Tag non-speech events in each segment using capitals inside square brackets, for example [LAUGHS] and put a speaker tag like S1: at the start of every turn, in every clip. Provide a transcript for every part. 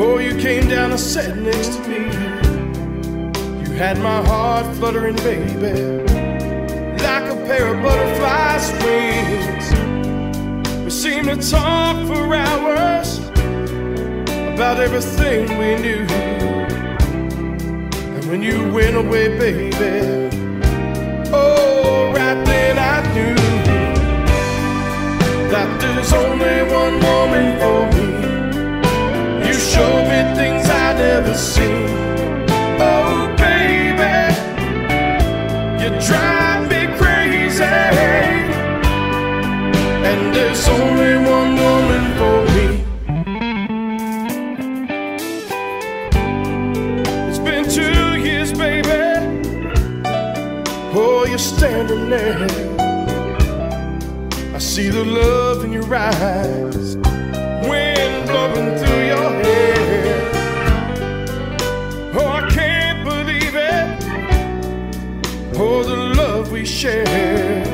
S1: Oh, came down and sat next to me. You had my heart fluttering, baby, like a pair of butterflies' wings. We seemed to talk for hours about everything we knew. And when you went away, baby, oh, right then I knew that there's only one woman for me show me things I never seen. Oh, baby, you drive me crazy. And there's only one woman for me. It's been two years, baby. Oh, you're standing there. I see the love in your eyes. Wind blowing through your hair. Oh, the love we shared.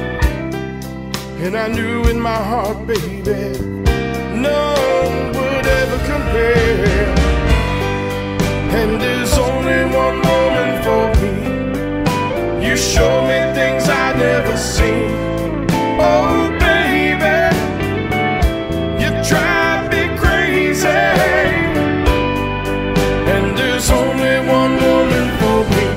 S1: And I knew in my heart, baby, no one would ever compare. And there's only one woman for me. You show me things I never seen. Oh, baby, you drive me crazy. And there's only one woman for me.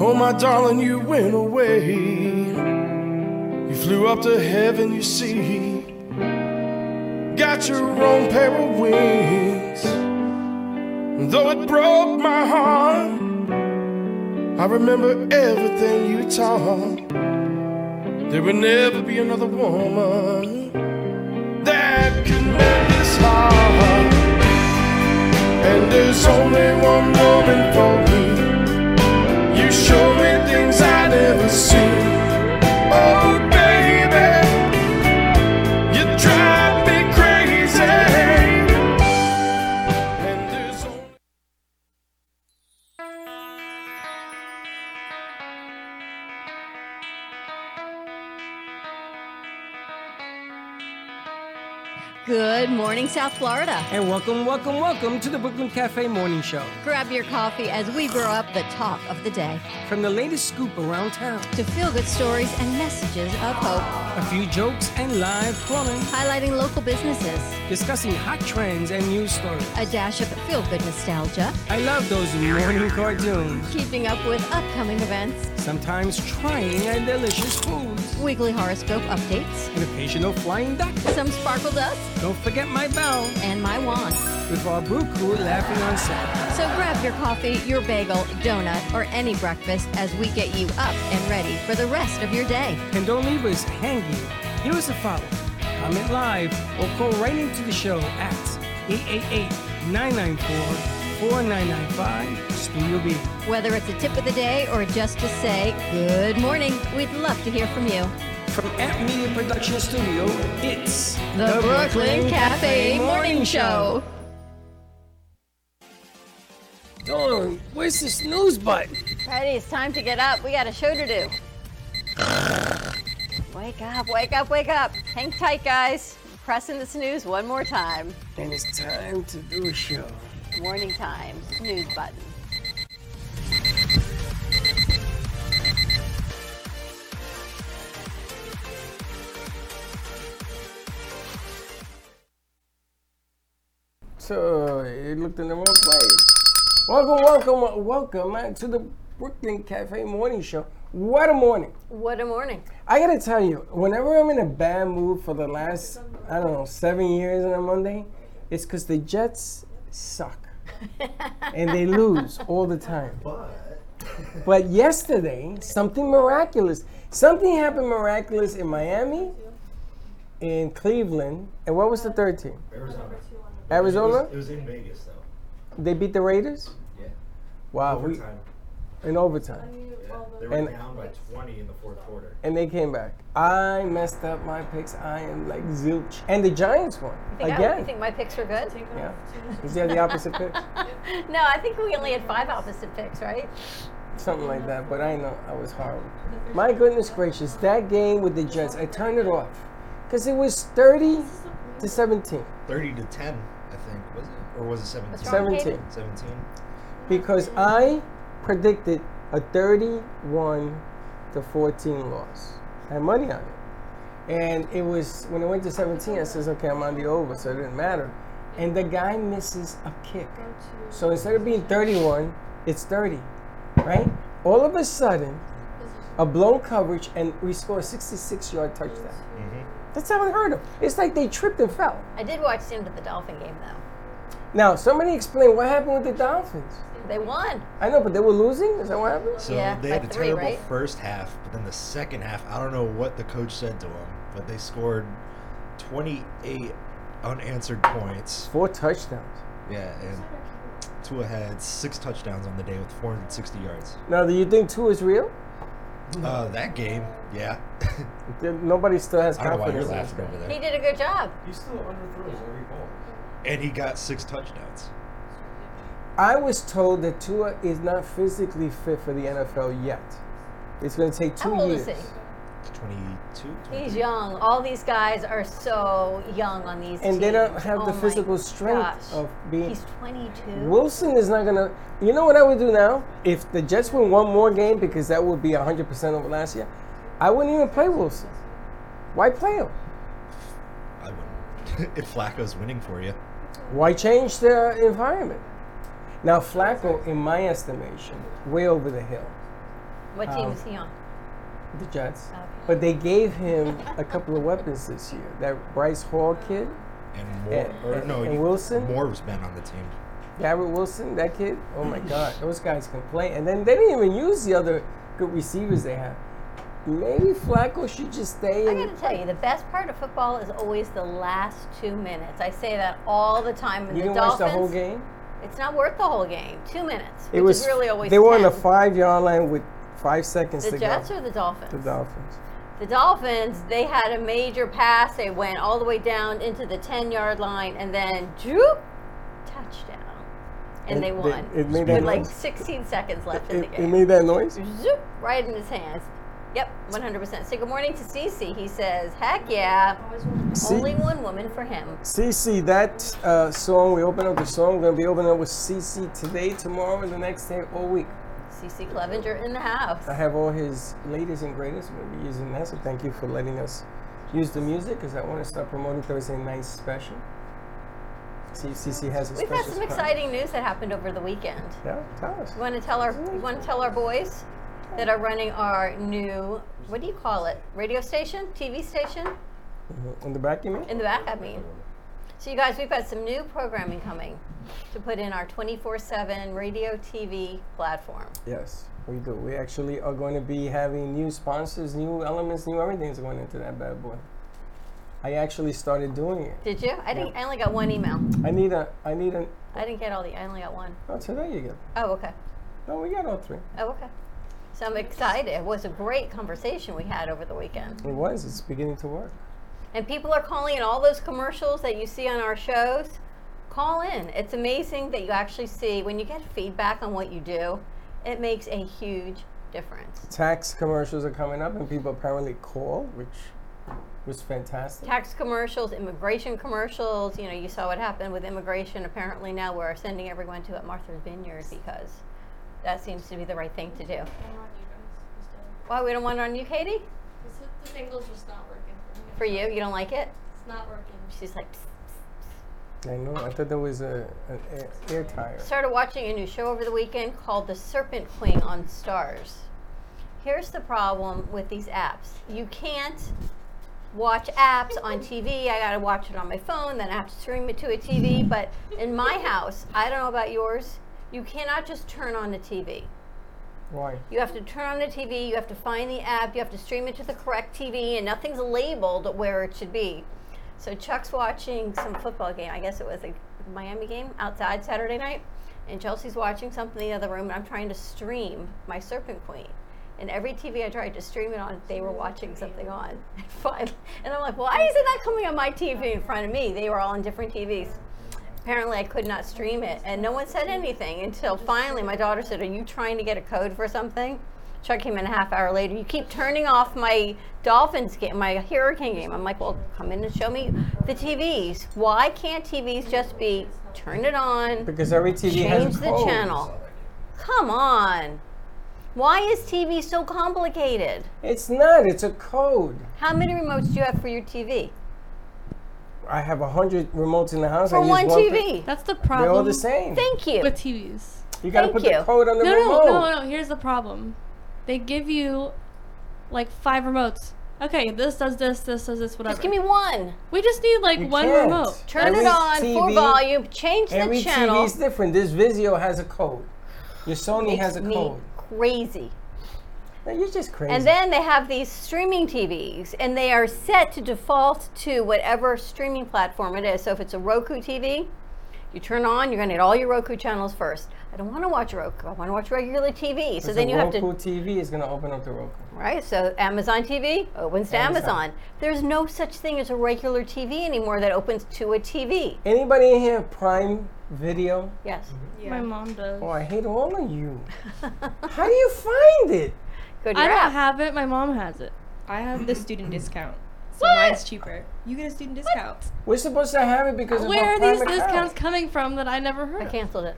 S1: oh, my darling, you went away. You flew up to heaven, you see. Got your own pair of wings. And though it broke my heart, I remember everything you taught. There would never be another woman that could mend this heart. And there's only one woman for me. You show me things I never seen. Oh, baby, you drive me crazy. Only...
S2: Good morning, South Florida.
S3: And welcome, welcome, welcome to the Brooklyn Cafe Morning Show.
S2: Grab your coffee as we brew up the talk of the day.
S3: From the latest scoop around town
S2: to feel good stories and messages of hope,
S3: a few jokes and live plumbing,
S2: highlighting local businesses,
S3: discussing hot trends and news stories,
S2: a dash of feel good nostalgia.
S3: I love those morning cartoons,
S2: keeping up with upcoming events,
S3: sometimes trying and delicious foods,
S2: weekly horoscope updates,
S3: an occasional flying doctor,
S2: some sparkle dust.
S3: Don't forget my bell.
S2: And my wand.
S3: With our brew crew laughing on set.
S2: So grab your coffee, your bagel, donut, or any breakfast as we get you up and ready for the rest of your day.
S3: And don't leave us hanging. Give us a follow, comment live, or call right into the show at 888 994 4995 Studio B.
S2: Whether it's a tip of the day or just to say good morning, we'd love to hear from you
S3: from At Media Production Studio, it's
S2: the, the Brooklyn, Brooklyn Cafe, Cafe Morning Show.
S3: Oh, where's the snooze button?
S2: Freddie, it's time to get up. We got a show to do. wake up, wake up, wake up. Hang tight, guys. I'm pressing the snooze one more time.
S3: And it's time to do a show.
S2: Morning time, snooze button.
S3: So it looked in the wrong place. Welcome, welcome, welcome to the Brooklyn Cafe Morning Show. What a morning!
S2: What a morning!
S3: I gotta tell you, whenever I'm in a bad mood for the last, I don't know, seven years on a Monday, it's because the
S2: [LAUGHS]
S3: Jets suck and they lose all the time.
S4: But
S3: But yesterday, something miraculous. Something happened miraculous in Miami, in Cleveland, and what was the third team?
S5: Arizona.
S3: Arizona?
S5: It was, it was in Vegas though.
S3: They beat the Raiders?
S5: Yeah.
S3: Wow. we-
S5: Overtime.
S3: in overtime.
S5: Yeah. They were
S3: And-
S5: down by 20 in the fourth quarter.
S3: And they came back. I messed up my picks. I am like zilch. And the Giants won.
S2: think I-
S3: Again.
S2: you think my picks are good?
S3: yeah. Because they had the opposite picks.
S2: [LAUGHS] no, I think we only had five opposite picks, right?
S3: Something like that. But I know I was horrible. My goodness gracious. That game with the Jets, I turned it off. Because it was 30 to 17.
S5: 30 to 10, I think, was it? Or was it 17?
S2: wrong? Oh,
S3: 17.
S5: 17.
S3: Because I predicted a 31 to 14 loss. I had money on it. And it was when it went to 17, I says, okay, I'm on the over, so it didn't matter. And the guy misses a kick. So instead of being 31, it's 30, right? All of a sudden, a blown coverage, and we score a 66 yard touchdown. That's how it hurt him. It's like they tripped and fell.
S2: I did watch the end of the Dolphin game, though.
S3: Now, somebody explain what happened with the Dolphins.
S2: They won.
S3: I know, but they were losing? Is that what happened?
S5: So
S2: Yeah,
S5: they
S2: by
S5: had a
S2: three,
S5: terrible
S2: right?
S5: first half, but then the second half, I don't know what the coach said to them, but they scored 28 unanswered points.
S3: Four touchdowns.
S5: Yeah, and Tua had six touchdowns on the day with 460 yards.
S3: Now, do you think two is real?
S5: Uh, that game, yeah.
S3: Th- Uh, Nobody still has
S5: I don't know why
S3: confidence.
S5: you're
S3: in this
S5: laughing
S3: guy.
S5: over
S2: He
S5: there.
S2: did a good job.
S6: He still underthrows every ball.
S5: And he got six touchdowns.
S3: I was told that Tua is not physically fit for the NFL yet. It's going to take two
S2: How old
S3: years.
S2: is
S5: 22?
S2: he? He's young. All these guys are so young on these
S3: And they don't
S2: teams.
S3: have the
S2: Oh my
S3: physical strength
S2: gosh.
S3: of being.
S2: He's 22.
S3: Wilson is not going to. You know what I would do now? If the Jets win one more game, because that would be 100% over last year, I wouldn't even play Wilson. Why play him?
S5: I wouldn't. [LAUGHS] if Flacco's winning for you.
S3: Why change the environment? Now, Flacco, in my estimation, way over the hill.
S2: what team is he on?
S3: the Jets. But they gave him a couple of weapons this year. That Bryce Hall kid,
S5: And more,
S3: And-
S5: or no,
S3: and
S5: you-
S3: Wilson?
S5: Moore's been on the team.
S3: Garrett Wilson, that kid. Oh
S5: [LAUGHS]
S3: my God, those guys can play. And then they didn't even use the other good receivers they have. Maybe Flacco should just stay
S2: I
S3: in.
S2: gotta tell you, the best part of football is always the last two minutes. I say that all the time. And
S3: You
S2: the
S3: didn't watch
S2: Dolphins,
S3: the whole game.
S2: It's not worth the whole game. Two minutes.
S3: It
S2: which
S3: was
S2: is really always.
S3: they were on the
S2: 10.
S3: five-yard line with five seconds
S2: The
S3: to
S2: Jets
S3: go.
S2: or the Dolphins?
S3: the Dolphins.
S2: The Dolphins, they had a major pass. They went all the way down into the 10 yard line and then, droop, touchdown. And they won.
S3: It, made
S5: With,
S3: that
S2: With like
S3: noise.
S2: 16 seconds left in the
S3: It, it
S2: game.
S3: made that noise.
S2: Zoop, right in his hands. Yep, 100%. Say good morning to Cece. He says, heck yeah.
S3: See?
S2: Only one woman for him.
S3: CC, that uh, song, we open up the song, we're going to be opening up with CC today, tomorrow, and the next day, all week.
S2: Cece Clevenger in the house.
S3: I have all his latest and greatest. We'll be using that. So thank you for letting us use the music because I want to start promoting Thursday night special. See, CC has a
S2: We've
S3: special.
S2: had some
S3: spot.
S2: exciting news that happened over the weekend.
S3: Yeah, tell us.
S2: You want to tell our you want to tell our boys that are running our new what do you call it? Radio station, TV station
S3: Mm-hmm. On the back, you mean?
S2: in the back. I mean, so you guys, we've got some new programming coming to put in our 24/7 radio TV platform.
S3: Yes, we do. We actually are going to be having new sponsors, new elements, new everything's going into that bad boy. I actually started doing it.
S2: Did you? I didn't. I only got one email.
S3: I need a. I need an.
S2: I didn't get all the. I only got one.
S3: Oh, today you get.
S2: Oh, okay.
S3: No, we got all three.
S2: Oh, okay. So I'm excited. It was a great conversation we had over the weekend.
S3: It was. It's beginning to work.
S2: And people are calling in all those commercials that you see on our shows. Call in. It's amazing that you actually see when you get feedback on what you do, it makes a huge difference.
S3: Tax commercials are coming up, and people apparently call, which was fantastic.
S2: Tax commercials, immigration commercials, you know, you saw what happened with immigration. Apparently now we're sending everyone to Martha's Vineyard because that seems to be the right thing to do. Why we don't want it on you, Katie?
S7: This is- This angle's just not working for me.
S2: For you, you don't like it?
S7: It's not working.
S2: She's like, "Psst."
S3: I know. I thought there was a an air, air tire.
S2: started watching a new show over the weekend called The Serpent Queen on Stars. Here's the problem with these apps you can't watch apps on TV. I gotta watch it on my phone, then I have to stream it to a TV. But in my house, I don't know about yours, you cannot just turn on the TV.
S3: Why?
S2: You have to turn on the TV, you have to find the app, you have to stream it to the correct TV, and nothing's labeled where it should be. So Chuck's watching some football game. I guess it was a Miami game outside Saturday night, and Chelsea's watching something in the other room, and I'm trying to stream my Serpent Queen. And every TV I tried to stream it on, they were watching something on. [LAUGHS] And finally- and I'm like, why isn't that coming on my TV in front of me? They were all on different TVs. Apparently, I could not stream it, and no one said anything until finally my daughter said, Are you trying to get a code for something? Chuck came in a half hour later. You keep turning off my Dolphins game, my Hurricane game. I'm like, Well, come in and show me the TVs. Why can't TVs just be turn it on,
S3: Because every TV
S2: change
S3: has
S2: the
S3: codes.
S2: channel? Come on. Why is TV so complicated?
S3: It's not. It's a code.
S2: How many remotes do you have for your TV?
S3: I have a hundred remotes in the house. I
S2: For
S3: use
S2: one
S3: one thing.
S2: TV.
S8: That's the problem.
S3: They're all the same.
S2: Thank you.
S8: With TVs.
S3: you gotta
S2: thank
S3: put
S2: you.
S3: the code on the
S8: No,
S3: remote.
S8: no, no, no. Here's the problem. They give you like five remotes. Okay, this does this, this does this, whatever.
S2: Just give me one.
S8: we just need like
S3: You
S8: one
S3: can't.
S8: remote.
S2: Turn
S3: Every
S2: it on, full
S3: TV
S2: volume, change
S3: Every
S2: the channel. [LAUGHS]
S3: TV is different. This Vizio has a code. Your Sony has a
S2: Makes me
S3: code.
S2: Crazy.
S3: No, you're just crazy.
S2: And then they have these streaming TVs, and they are set to default to whatever streaming platform it is. So if it's a Roku TV, you turn on, you're going to get all your Roku channels first. I don't want to watch Roku. I want to watch regular TV. So
S3: Because
S2: then
S3: the
S2: you have
S3: Roku
S2: to,
S3: TV is gonna open up the Roku.
S2: right? So Amazon TV opens to
S3: Amazon.
S2: Amazon. There's no such thing as a regular TV anymore that opens to a TV.
S3: Anybody in here Prime Video?
S2: Yes.
S8: My mom does.
S3: Oh, I hate all of you. How do you find it?
S2: Go to
S8: I
S2: your
S8: don't
S2: app.
S8: have it. My mom has it.
S9: I have the student discount. So mine's cheaper. You get a student discount.
S3: We're supposed to have it because of
S8: Where
S3: our
S8: are these
S3: Prime
S8: discounts
S3: account.
S8: coming from that I never heard?
S2: I
S8: of?
S2: canceled it.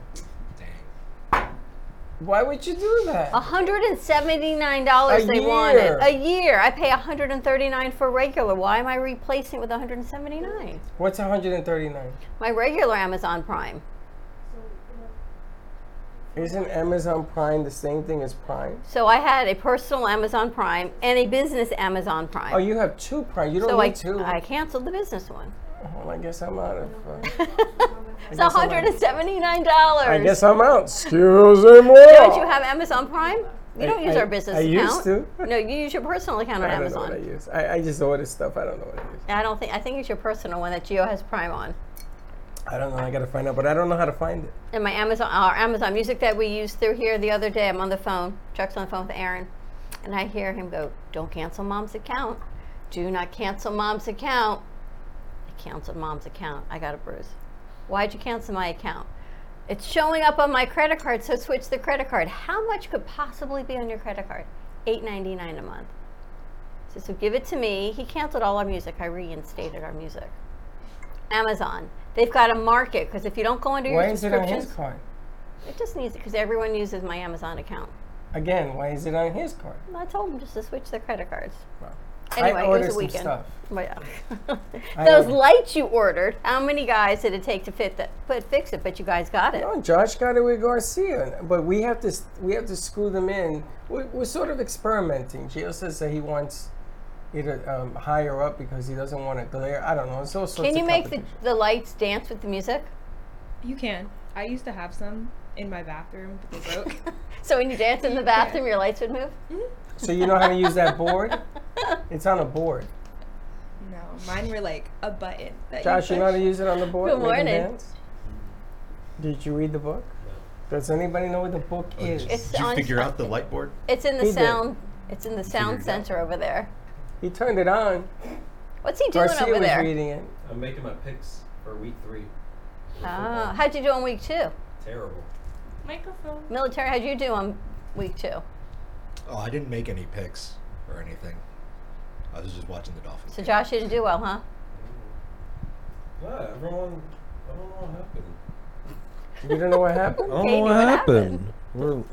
S3: Why would you do that?
S2: $179
S3: A
S2: they wanted
S3: year.
S2: a year. I pay 139 for regular. Why am I replacing it with 179?
S3: What's 139?
S2: My regular Amazon Prime.
S3: Isn't Amazon Prime the same thing as Prime?
S2: So I had a personal Amazon Prime and a business Amazon
S3: Oh,
S2: Prime.
S3: you have two Prime. You don't
S2: so I,
S3: need
S2: [LAUGHS]
S3: two.
S2: I canceled the business one.
S3: well, I guess I'm out of. Uh,
S2: It's $179.
S3: I guess I'm
S2: [LAUGHS]
S3: out. Excuse me more.
S2: don't you have Amazon Prime? You
S3: I-
S2: don't use
S3: I-
S2: our business
S3: I used
S2: account.
S3: to.
S2: No, you use your personal account on
S3: I don't know what I
S2: Amazon.
S3: use. I, I just order stuff. I don't know what I use.
S2: I don't think I think it's your personal one that Geo has Prime on.
S3: I don't know. I gotta find out, but I don't know how to find it.
S2: and my Amazon our Amazon music that we used through here the other day. I'm on the phone. Chuck's on the phone with Aaron, and I hear him go, "Don't cancel mom's account. Do not cancel mom's account." I canceled mom's account. I got a bruise. Why'd you cancel my account? It's showing up on my credit card, so switch the credit card. How much could possibly be on your credit card? Eight ninety nine a month. So, so give it to me. He canceled all our music. I reinstated our music. Amazon. They've got a market because if you don't go under
S3: Why
S2: your
S3: is it on his
S2: subscriptions,
S3: card?
S2: it just needs because everyone uses my Amazon account.
S3: Again, why is it on his card?
S2: I told them just to switch their credit cards.
S3: Wow.
S2: Anyway,
S3: I
S2: it
S3: order
S2: was a
S3: some
S2: weekend.
S3: stuff.
S2: But yeah.
S3: I
S2: Those
S3: ordered-
S2: lights you ordered, how many guys did it take to fit that, put fix it? But you guys got it.
S3: No, Josh got it with Garcia, but we have to s- we have to screw them in. We're, we're sort of experimenting. Gio says that he wants it um, higher up because he doesn't want a glare. I don't know. It's all sorts
S2: Can you
S3: of
S2: make the,
S3: competition.
S2: the lights dance with the music?
S9: You can. I used to have some in my bathroom, but they broke.
S2: [LAUGHS] So when you dance in the bathroom, your lights would move.
S3: so you know how to use that board?
S2: [LAUGHS]
S3: It's on a board.
S9: no, mine were like a button. That
S3: Josh, you know how to use it on the board?
S2: Good
S3: make them
S2: morning.
S3: dance? Did you read the book? Does anybody know what the book is?
S2: It's
S5: Oh, Did you
S2: on.
S5: figure out the light board?
S2: It's in the
S3: He did.
S2: sound. It's in the sound
S5: figured it out.
S2: center over there.
S3: He turned it on.
S2: What's he doing
S3: Garcia
S2: over
S3: was
S2: there?
S3: reading it.
S6: I'm making my picks for week three.
S2: Oh, how'd you do on week two?
S6: Terrible.
S8: Microphone.
S2: Military, how'd you do on week two?
S5: Oh, I didn't make any picks or anything. I was just watching the Dolphins.
S2: So Josh didn't do well, huh?
S6: Yeah, everyone. I don't know what happened.
S3: You don't
S6: [LAUGHS]
S3: know what happened?
S10: Oh,
S2: Katie,
S10: what
S2: what
S10: happened?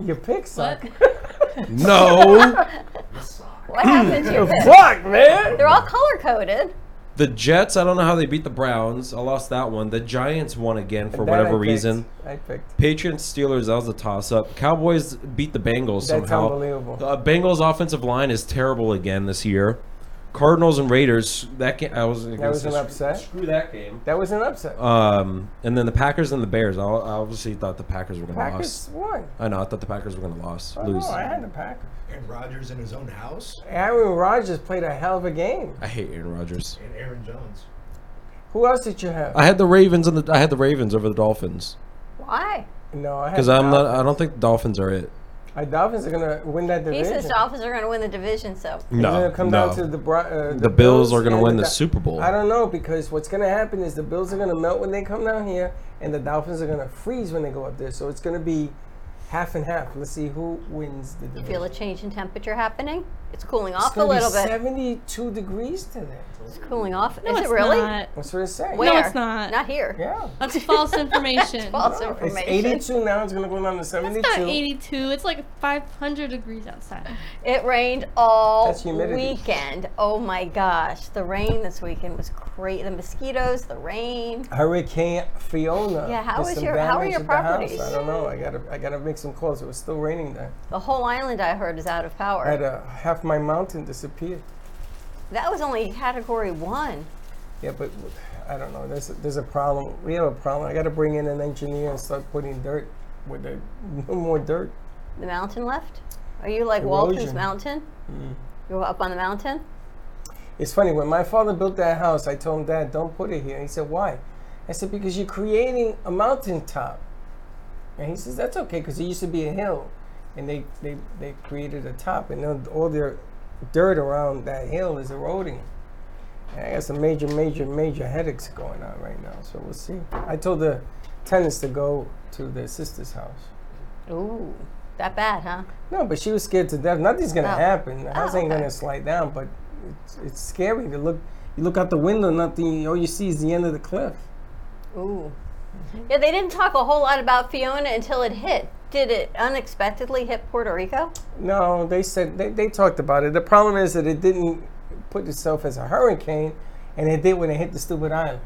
S3: Your pick suck.
S10: We're- [LAUGHS]
S3: [LAUGHS]
S10: no,
S2: [LAUGHS] What happened to your picks?
S3: Fuck, man!
S2: They're all color coded.
S10: the Jets. I don't know how they beat the Browns. I lost that one. The Giants won again for
S3: That I
S10: whatever
S3: picked.
S10: reason.
S3: I picked.
S10: Patriots Steelers. That was a toss up. Cowboys beat the Bengals
S3: That's
S10: somehow.
S3: unbelievable.
S10: Uh, Bengals offensive line is terrible again this year. Cardinals and Raiders. That game, I was.
S3: That was an upset.
S6: Screw that game.
S3: That was an upset.
S10: Um, and then the Packers and the Bears. I I obviously thought the Packers were gonna
S3: Packers
S10: lose.
S3: won.
S10: I know. I thought the Packers were gonna loss,
S3: Oh,
S10: lose.
S3: No, I had the Packers.
S5: And Rodgers in his own house
S3: Aaron Rodgers played a hell of a game.
S10: I hate Aaron Rodgers.
S5: and Aaron Jones.
S3: Who else did you have?
S10: I had the Ravens and the I had the Ravens over the Dolphins
S2: Why?
S3: no, I had
S10: because
S3: the
S10: I'm not.
S3: Dolphins.
S10: I don't think the Dolphins are it.
S3: Our Dolphins are gonna win that
S2: He
S3: division.
S2: says Dolphins are going to win the division, so
S10: No,
S3: It's gonna come
S10: no.
S3: down to the Bro- uh,
S10: The Bills are gonna
S3: and
S10: win the
S3: Dol-
S10: Super Bowl.
S3: I don't know because what's gonna happen is the Bills are gonna melt when they come down here, and the Dolphins are gonna freeze when they go up there. So it's gonna be half and half. Let's see who wins the
S2: you
S3: division.
S2: feel a change in temperature happening. It's cooling
S3: it's
S2: off a
S3: gonna
S2: little
S3: be
S2: bit.
S3: Seventy-two degrees today.
S2: It's cooling off.
S8: No,
S2: Is it
S8: it's
S2: really?
S8: not.
S3: That's what it's saying.
S2: Where?
S8: it's not.
S2: Not here.
S3: Yeah.
S8: That's false information.
S2: [LAUGHS] False
S3: No, It's
S2: information.
S3: 82 now. It's gonna go down to
S8: It's
S3: 72.
S8: not 82. It's like 500 degrees outside.
S2: It rained all
S3: That's humidity.
S2: weekend. Oh my gosh, the rain this weekend was crazy. The mosquitoes, the rain.
S3: Hurricane Fiona.
S2: Yeah, how
S3: did
S2: is
S3: some
S2: your- how are
S3: damage
S2: your
S3: at the house.
S2: properties?
S3: I don't know. I gotta I gotta make some calls. It was still raining there.
S2: The whole island, I heard, is out of power.
S3: I had uh, half my mountain disappear.
S2: That was only category one.
S3: Yeah, but w- I don't know. There's a, there's a problem. We have a problem. I got to bring in an engineer and start putting dirt with the [LAUGHS] no more dirt.
S2: The mountain left? Are you like Walton's
S3: Erosion.
S2: mountain? You're up on the mountain?
S3: It's funny when my father built that house. I told him, Dad, don't put it here. He said, Why? I said, Because you're creating a mountaintop. And he says, That's okay, because it used to be a hill, and they they they created a top, and then all their dirt around that hill is eroding. And I got some major, major, major headaches going on right now. So we'll see. I told the tenants to go to their sister's house.
S2: Ooh, that bad, huh?
S3: No, but she was scared to death. Nothing's gonna
S2: Oh.
S3: happen. The house
S2: Oh,
S3: ain't
S2: okay.
S3: gonna slide down, but it's, it's scary to look. You look out the window, nothing. All you see is the end of the cliff.
S2: Ooh. Yeah, they didn't talk a whole lot about Fiona until it hit. Did it unexpectedly hit Puerto Rico?
S3: No, they said they, they talked about it. The problem is that it didn't put itself as a hurricane, and it did when it hit the stupid island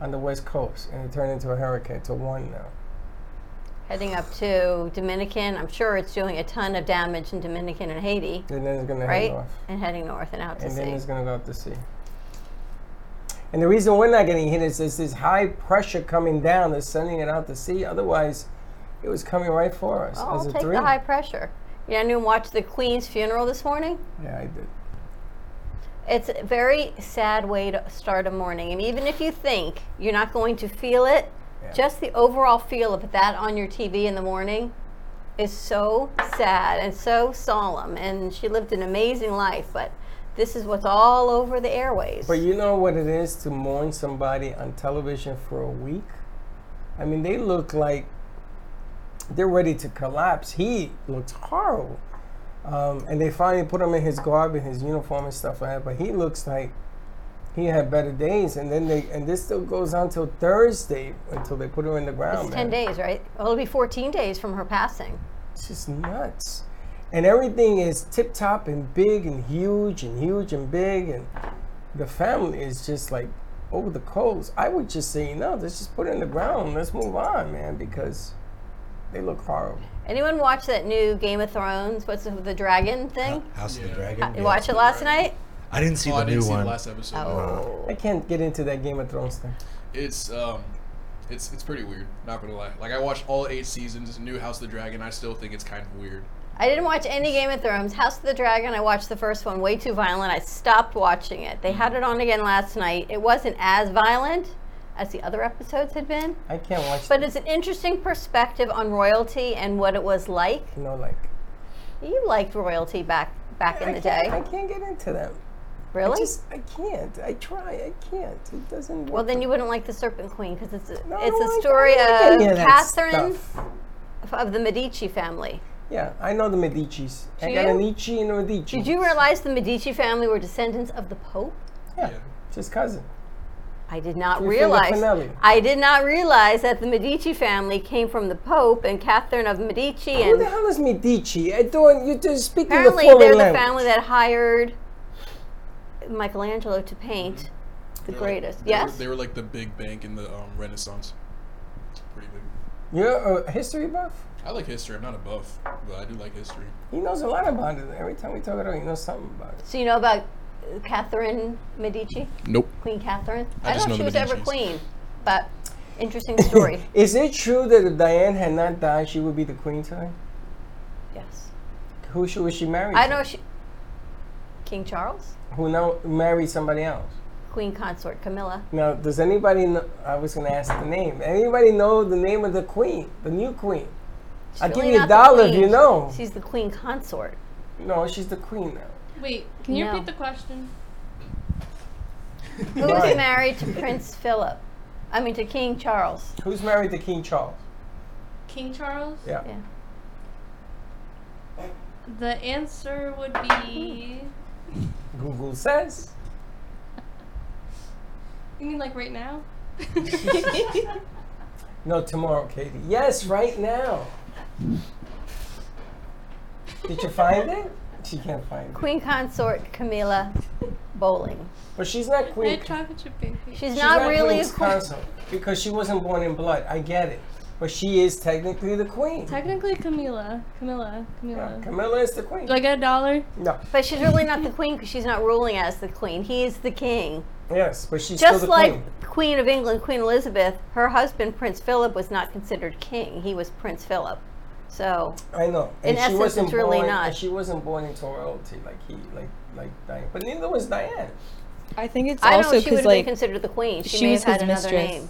S3: on the west coast, and it turned into a hurricane to one now.
S2: Heading up to Dominican. I'm sure it's doing a ton of damage in Dominican and Haiti,
S3: And then it's gonna head
S2: right?
S3: north,
S2: And heading north and out to
S3: and then it's
S2: sea.
S3: gonna go out to sea. And the reason we're not getting hit is there's this high pressure coming down that's sending it out to sea. Otherwise, it was coming right for us
S2: Oh,
S3: as
S2: I'll
S3: a
S2: take
S3: three.
S2: the high pressure. You know, I knew and watched the Queen's funeral this morning.
S3: Yeah, I did.
S2: It's a very sad way to start a morning. And even if you think you're not going to feel it,
S3: Yeah.
S2: just the overall feel of that on your TV in the morning is so sad and so solemn. And she lived an amazing life, but this is what's all over the airways.
S3: But you know what it is to mourn somebody on television for a week? I mean, they look like they're ready to collapse. He looks horrible. Um, and they finally put him in his garb and his uniform and stuff like that. But he looks like he had better days. And then they, and this still goes on till Thursday until they put him in the ground.
S2: it's 10
S3: man.
S2: days, right? Well, it'll be 14 days from her passing.
S3: It's just nuts. And everything is tip top and big and huge and huge and big. And the family is just like over the coals. I would just say, no, let's just put it in the ground. Let's move on, man, because they look horrible.
S2: Anyone watch that new Game of Thrones? What's the, the dragon thing?
S5: House of the
S11: Yeah.
S5: Dragon.
S2: You
S5: yeah.
S2: watch it last night? Oh.
S5: I didn't see
S11: Oh,
S5: the
S11: I
S5: new
S11: didn't see
S5: one.
S11: the last episode.
S3: I can't get into that Game of Thrones thing.
S11: It's um, it's it's pretty weird. Not gonna lie. Like I watched all eight seasons. New House of the Dragon. I still think it's kind of weird.
S2: I didn't watch any Game of Thrones. House of the Dragon, I watched the first one, way too violent. I stopped watching it. They had it on again last night. It wasn't as violent as the other episodes had been,
S3: I can't watch
S2: but it's an interesting perspective on royalty and what it was like.
S3: you know, like,
S2: You liked royalty back back in
S3: I
S2: the
S3: can't- I
S2: day.
S3: can't get into them.
S2: Really?
S3: I just, I can't. I try. I can't. It doesn't work.
S2: well, then you wouldn't like The Serpent Queen because it's a,
S3: No, I
S2: it's
S3: don't
S2: a
S3: like-
S2: story
S3: I don't like
S2: of
S3: any of that
S2: Catherine
S3: stuff.
S2: f- of the Medici family.
S3: Yeah, I know the Medicis. I
S2: Do
S3: got a
S2: you?
S3: Nietzsche and a Medici.
S2: Did you realize the Medici family were descendants of the Pope?
S3: Yeah, just cousin.
S2: I did not
S3: Three finger
S2: realize.
S3: finale.
S2: I did not realize that the Medici family came from the Pope and Catherine of Medici,
S3: Who
S2: and
S3: the hell is Medici? I don't. You just speaking the
S2: apparently
S3: foreign
S2: they're the
S3: language.
S2: family that hired Michelangelo to paint the
S11: They're like-
S2: greatest.
S11: they were-
S2: Yes,
S11: They were, like the big bank in the um, Renaissance. Pretty big.
S3: You're a uh, history buff.
S11: I like history. I'm not a buff, but I do like history.
S3: He knows a lot about it. Every time we talk about it, he knows something about it.
S2: so you know about Catherine Medici?
S11: Nope.
S2: Queen Catherine?
S3: I
S2: I,
S3: just
S2: don't know if she
S3: know
S2: was
S3: the
S2: ever
S3: Medicis.
S2: queen, but interesting
S3: [LAUGHS]
S2: story.
S3: Is it true that if Diane had not died, she would be the queen tonight?
S2: yes.
S3: Who she, was she married?
S2: I
S3: to?
S2: know she. King Charles?
S3: Who now married somebody else?
S2: Queen Consort Camilla.
S3: Now, does anybody know? I was going to ask the name. Anybody know the name of the queen, the new queen?
S2: She's
S3: I'll
S2: really
S3: give you a
S2: not the
S3: dollar if
S2: queen.
S3: you know.
S2: She's the queen consort.
S3: No, she's the queen now.
S8: Wait, can you
S2: No.
S8: repeat the question?
S2: Who was married
S3: [LAUGHS]
S2: to Prince Philip? I mean, to King Charles.
S3: Who's married to King Charles?
S8: King Charles?
S3: Yeah.
S8: The answer would be.
S3: Google says.
S8: You mean like right [LAUGHS]
S3: [LAUGHS]
S8: now?
S3: No, tomorrow, Katie. Yes, right now. Did you find it? She can't find it.
S2: Queen consort Camilla Bowling.
S3: But she's not queen.
S8: chocolate chip pancake.
S2: She's not really
S3: queen's
S2: a queen.
S3: consort because she wasn't born in blood. I get it, but she is technically the queen.
S8: Technically, Camila. Camila. Camila.
S3: Camilla is the queen.
S8: Do I get a dollar?
S3: No.
S2: But she's really not the queen because she's not ruling as the queen. He is the king.
S3: Yes, but she's
S2: Just
S3: still the
S2: like
S3: queen.
S2: Queen of England, Queen Elizabeth, her husband Prince Philip was not considered king. He was Prince Philip. So
S3: I know.
S2: In
S3: she
S2: essence,
S3: wasn't
S2: it's really
S3: born,
S2: not.
S3: and she wasn't born into royalty like he, like like Diane. But neither was Diane.
S12: I think it's
S2: I don't know
S12: also
S2: if she would
S12: because
S2: have
S12: like
S2: been considered the queen. She,
S12: she
S2: may
S12: was
S2: have had
S12: his
S2: another
S12: mistress.
S2: name.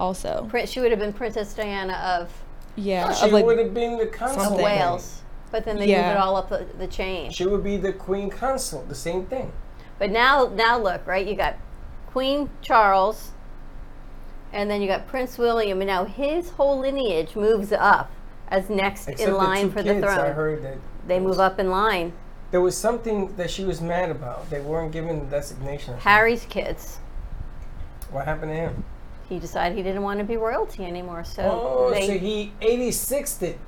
S12: also
S2: Prin- she would have been Princess Diana Uh, of
S12: yeah
S3: No,
S12: of,
S3: Oh, she
S12: like,
S3: would have been the consort.
S2: of Wales. But then they move
S12: Yeah.
S2: it all up the, the chain.
S3: She would be the queen consort. The same thing.
S2: But now, now look, right? You got Queen Charles, and then you got Prince William, and now his whole lineage moves up as next
S3: Except
S2: in
S3: the
S2: line
S3: two
S2: for the
S3: kids,
S2: throne.
S3: I heard that
S2: they move up in line.
S3: there was something that she was mad about. They weren't given the designation.
S2: Harry's kids.
S3: What happened to him?
S2: He decided he didn't want to be royalty anymore, so
S3: oh,
S2: they.
S3: so he 86 it.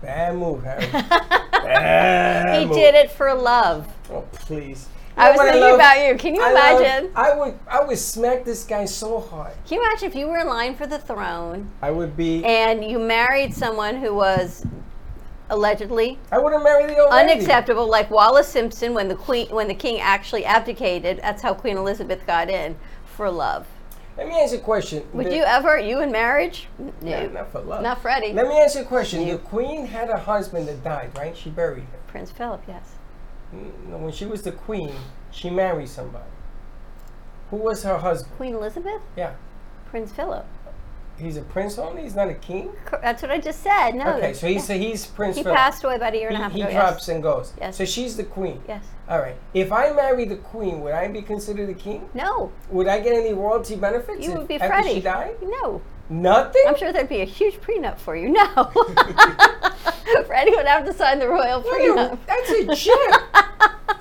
S3: Bad
S2: [LAUGHS]
S3: move, Harry.
S2: he
S3: Bad move.
S2: did it for love.
S3: Oh, please.
S2: I was
S3: what
S2: thinking
S3: love-
S2: about you. Can you
S3: I love-
S2: imagine?
S3: I would. I would smack this guy so hard.
S2: Can you imagine if you were in line for the throne
S3: I would be.
S2: and you married someone who was allegedly
S3: I would have married the old lady.
S2: unacceptable like wallace simpson when the queen when the king actually abdicated that's how queen elizabeth got in for love
S3: Let me ask you a question.
S2: would
S3: The-
S2: you ever you in marriage
S3: Nah, not for love.
S2: not freddie
S3: Let me ask you a question. The queen had a husband that died, right? She buried him.
S2: prince philip yes
S3: Mm, no, When she was the queen, she married somebody. Who was her husband?
S2: queen elizabeth
S3: Yeah.
S2: prince philip
S3: He's a prince only. He's not a king.
S2: Cor- that's what i just said no
S3: okay, so he's he's Prince.
S2: he
S3: Philip.
S2: passed away about a year and a
S3: He-
S2: half
S3: He
S2: ago
S3: drops
S2: yes.
S3: and goes.
S2: Yes.
S3: So she's the queen.
S2: yes
S3: All right. If I marry the queen, would I be considered a king?
S2: no
S3: Would I get any royalty benefits?
S2: you
S3: if-
S2: would be
S3: after
S2: freddie
S3: she died?
S2: no
S3: Nothing.
S2: i'm sure there'd be a huge prenup for you
S3: [LAUGHS]
S2: no [LAUGHS] freddie would have to sign the royal
S3: Look at-
S2: prenup
S3: That's a chip.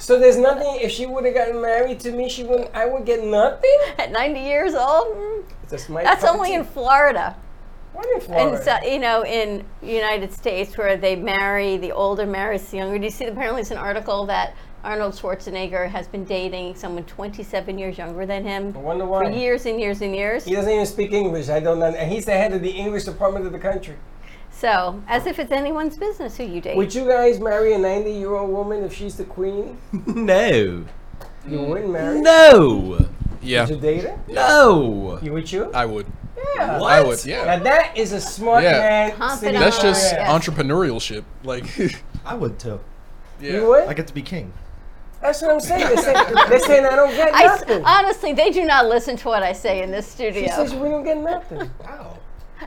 S3: so there's nothing. If she would have gotten married to me, she wouldn't. I would get nothing.
S2: [LAUGHS] at 90 years old mm,
S3: That's, my
S2: that's only in florida
S3: in Florida.
S2: And so, you know, in United States where they marry the older marries the younger. Do you see? Apparently, it's an article that Arnold Schwarzenegger has been dating someone 27 years younger than him
S3: wonder
S2: for
S3: why.
S2: years and years and years.
S3: he doesn't even speak English. I don't know. And he's the head of the English department of the country.
S2: So, as if it's anyone's business who you date.
S3: Would you guys marry a 90 year old woman if she's the queen?
S10: [LAUGHS] No.
S3: You wouldn't marry.
S10: No.
S11: Yeah.
S3: Would you date her?
S10: No.
S3: You would you?
S11: I would.
S3: Yeah.
S11: I would, yeah.
S3: Now that is a smart
S11: Yeah.
S3: man. sitting
S11: That's just
S3: there.
S11: entrepreneurship. Like, [LAUGHS]
S5: I would too.
S11: yeah.
S3: You would?
S5: I get to be king.
S3: That's what I'm saying. They're saying, they're saying I don't
S2: [LAUGHS]
S3: get
S2: I s-
S3: nothing.
S2: honestly, they do not listen to what I say in this studio.
S3: she says we don't get nothing. [LAUGHS]
S5: Wow.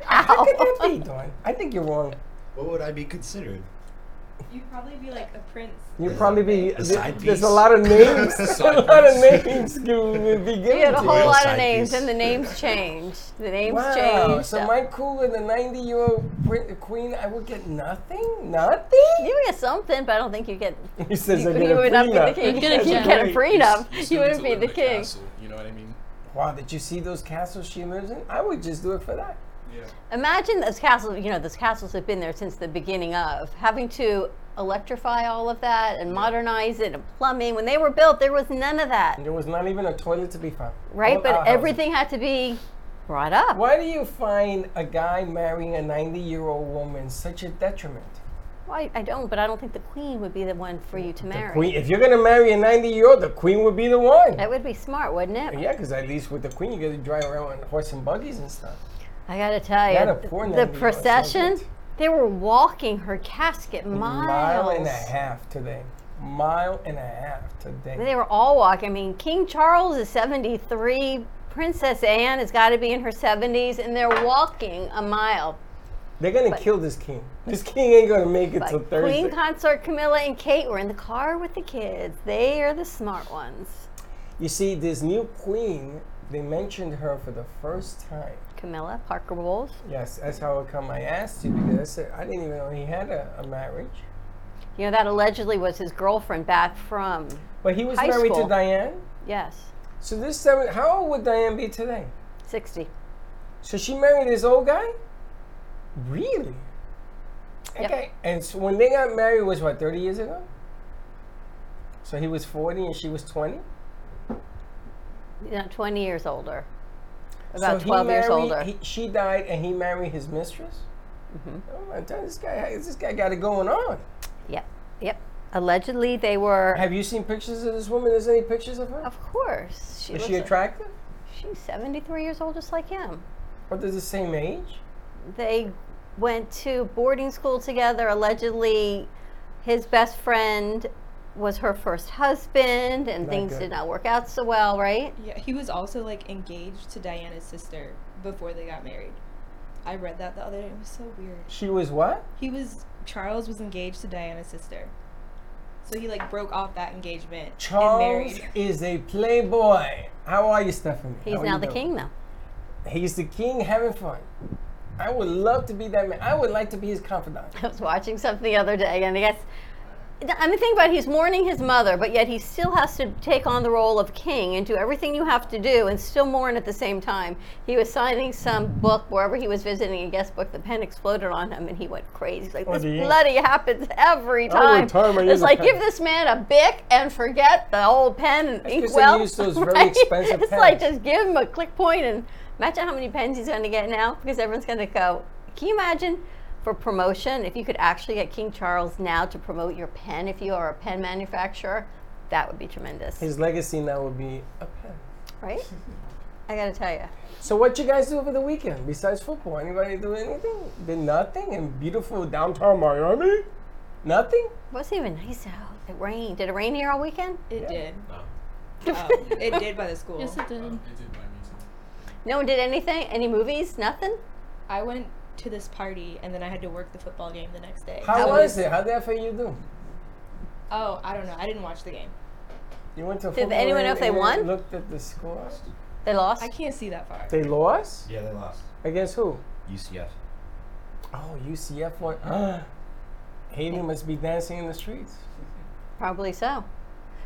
S3: How could that
S2: Ow.
S3: be, Dawn? I think you're wrong.
S5: What would I be considered?
S9: You'd probably be like a prince.
S3: You'd probably be.
S5: The
S3: th-
S5: side
S3: There's a
S5: piece.
S3: lot of
S11: [LAUGHS]
S3: names. a
S5: Side
S3: lot of
S5: piece.
S3: names to be given
S2: We had a
S3: to
S2: whole
S3: you.
S2: lot of
S5: Side
S2: names,
S5: piece.
S2: and the names changed. The names
S3: Wow.
S2: changed.
S3: So my cooler, the 90 year old prin- queen, I would get nothing? Nothing?
S2: you get something, but I don't think you get.
S3: [LAUGHS] He says
S2: you,
S3: I get
S2: you
S3: a
S2: would not be the
S3: prenup.
S2: king.
S8: I'd
S2: [LAUGHS] You
S8: get a
S2: get a
S3: king.
S2: prenup. You
S11: still get
S2: wouldn't
S11: to
S2: be
S11: live
S2: the
S11: in a
S2: king.
S11: castle, you know what I mean?
S3: Wow, did you see those castles she lives in? I would just do it for that.
S11: Yeah.
S2: Imagine those castles, you know, those castles have been there since the beginning of having to electrify all of that and modernize it and plumbing. When they were built, there was none of that,
S3: There was not even a toilet to be found.
S2: right?
S3: All
S2: But
S3: outhouses.
S2: everything had to be brought up.
S3: Why do you find a guy marrying a 90 year old woman such a detriment?
S2: Well, I, I don't, but I don't think the queen would be the one for you to marry.
S3: Queen, if you're gonna marry a 90 year old, the queen would be the one.
S2: That would be smart, wouldn't it?
S3: Yeah, because at least with the queen, you get to drive around on horse and buggies and stuff.
S2: I gotta tell you,
S3: Not a poor
S2: th- the
S3: 90-year-old
S2: procession, they were walking her casket miles.
S3: Mile and a half today. Mile and a half today.
S2: They were all walking. I mean, King Charles is 73, Princess Anne has got to be in her 70s, and they're walking a mile.
S3: They're gonna
S2: But-
S3: kill this king. This king ain't gonna make it
S2: But
S3: till Thursday.
S2: Queen consort Camilla and Kate were in the car with the kids. They are the smart ones.
S3: You see, this new queen, they mentioned her for the first time.
S2: Camilla Parker Bowles.
S3: Yes, that's how it come I asked you because I said I didn't even know he had a, a marriage.
S2: You know, that allegedly was his girlfriend back from.
S3: But he was
S2: high
S3: married
S2: school.
S3: to Diane.
S2: Yes,
S3: So this seven, how old would Diane be today?
S2: 60.
S3: So she married this old guy. Really? Okay. And so when they got married was what thirty years ago. So he was forty and she was twenty.
S2: You know, 20 years older. About
S3: So he
S2: 12 years
S3: married-
S2: older.
S3: he- she died, and he married his mistress.
S2: Mhm.
S3: Oh, I'm telling you, this guy, this guy got it going on.
S2: Yep, yep. Allegedly, they were.
S3: Have you seen pictures of this woman? Is there any pictures of her?
S2: Of course. She
S3: Is
S2: looks
S3: she
S2: a-
S3: attractive?
S2: She's 73 years old, just like him.
S3: Or they're the same age?
S2: They went to boarding school together. Allegedly, his best friend was her first husband, and
S9: Not
S2: things
S9: good.
S2: did not work out so well, right?
S9: Yeah, he was also like engaged to Diana's sister before they got married. I read that the other day. It was so weird.
S3: She was what?
S9: He was Charles was engaged to Diana's sister, so he like broke off that engagement and
S3: Charles
S9: married.
S3: is a playboy. How are you, Stephanie?
S2: He's
S3: How are
S2: now
S3: you
S2: the
S3: doing?
S2: king, though.
S3: He's the king, having fun. I would love to be that man. I would like to be his confidant.
S2: [LAUGHS] I was watching something the other day, and I guess. I mean, think about it. He's mourning his mother, but yet he still has to take on the role of king and do everything you have to do and still mourn at the same time. He was signing some book wherever he was visiting, a guest book. The pen exploded on him, and he went crazy. He's like,
S9: Oh,
S2: this
S9: dear.
S2: bloody happens every
S3: I
S2: time.
S3: would tell him I use
S2: It's
S3: a
S2: like,
S3: pen.
S2: give this man a bic and forget the old pen and
S3: 'cause they
S2: inkwell.
S3: use
S2: [LAUGHS]
S3: those very
S2: right?
S3: expensive
S2: It's like,
S3: pens.
S2: just give him a click point and imagine how many pens he's going to get now because everyone's going to go, can you imagine? for promotion, if you could actually get King Charles now to promote your pen, if you are a pen manufacturer, that would be tremendous,
S3: His legacy now would be a pen.
S2: right? I gotta tell you,
S3: So what you guys do over the weekend besides football? Anybody do anything? Did nothing in beautiful downtown Miami? Nothing?
S2: it wasn't even nice out. It rained. Did it rain here all weekend?
S9: It did.
S3: [LAUGHS]
S2: No.
S9: it did by the school.
S2: Yes, it did.
S9: it
S11: Oh, did by me too.
S2: no one did anything. Any movies? Nothing.
S9: I went to this party and then I had to work the football game the next day.
S3: How
S9: I
S3: was it? How did FAU do?
S9: Oh, I don't know. I didn't watch the game.
S3: You went to a
S9: Did
S3: football
S9: anyone know
S3: game
S9: if they
S3: and
S9: won?
S3: Looked at the score.
S2: They lost.
S9: I can't see that far.
S3: They lost.
S5: Yeah, they lost.
S3: Against who?
S5: UCF.
S3: Oh, UCF won. [GASPS] Ah, Hayden must be dancing in the streets.
S2: Probably so.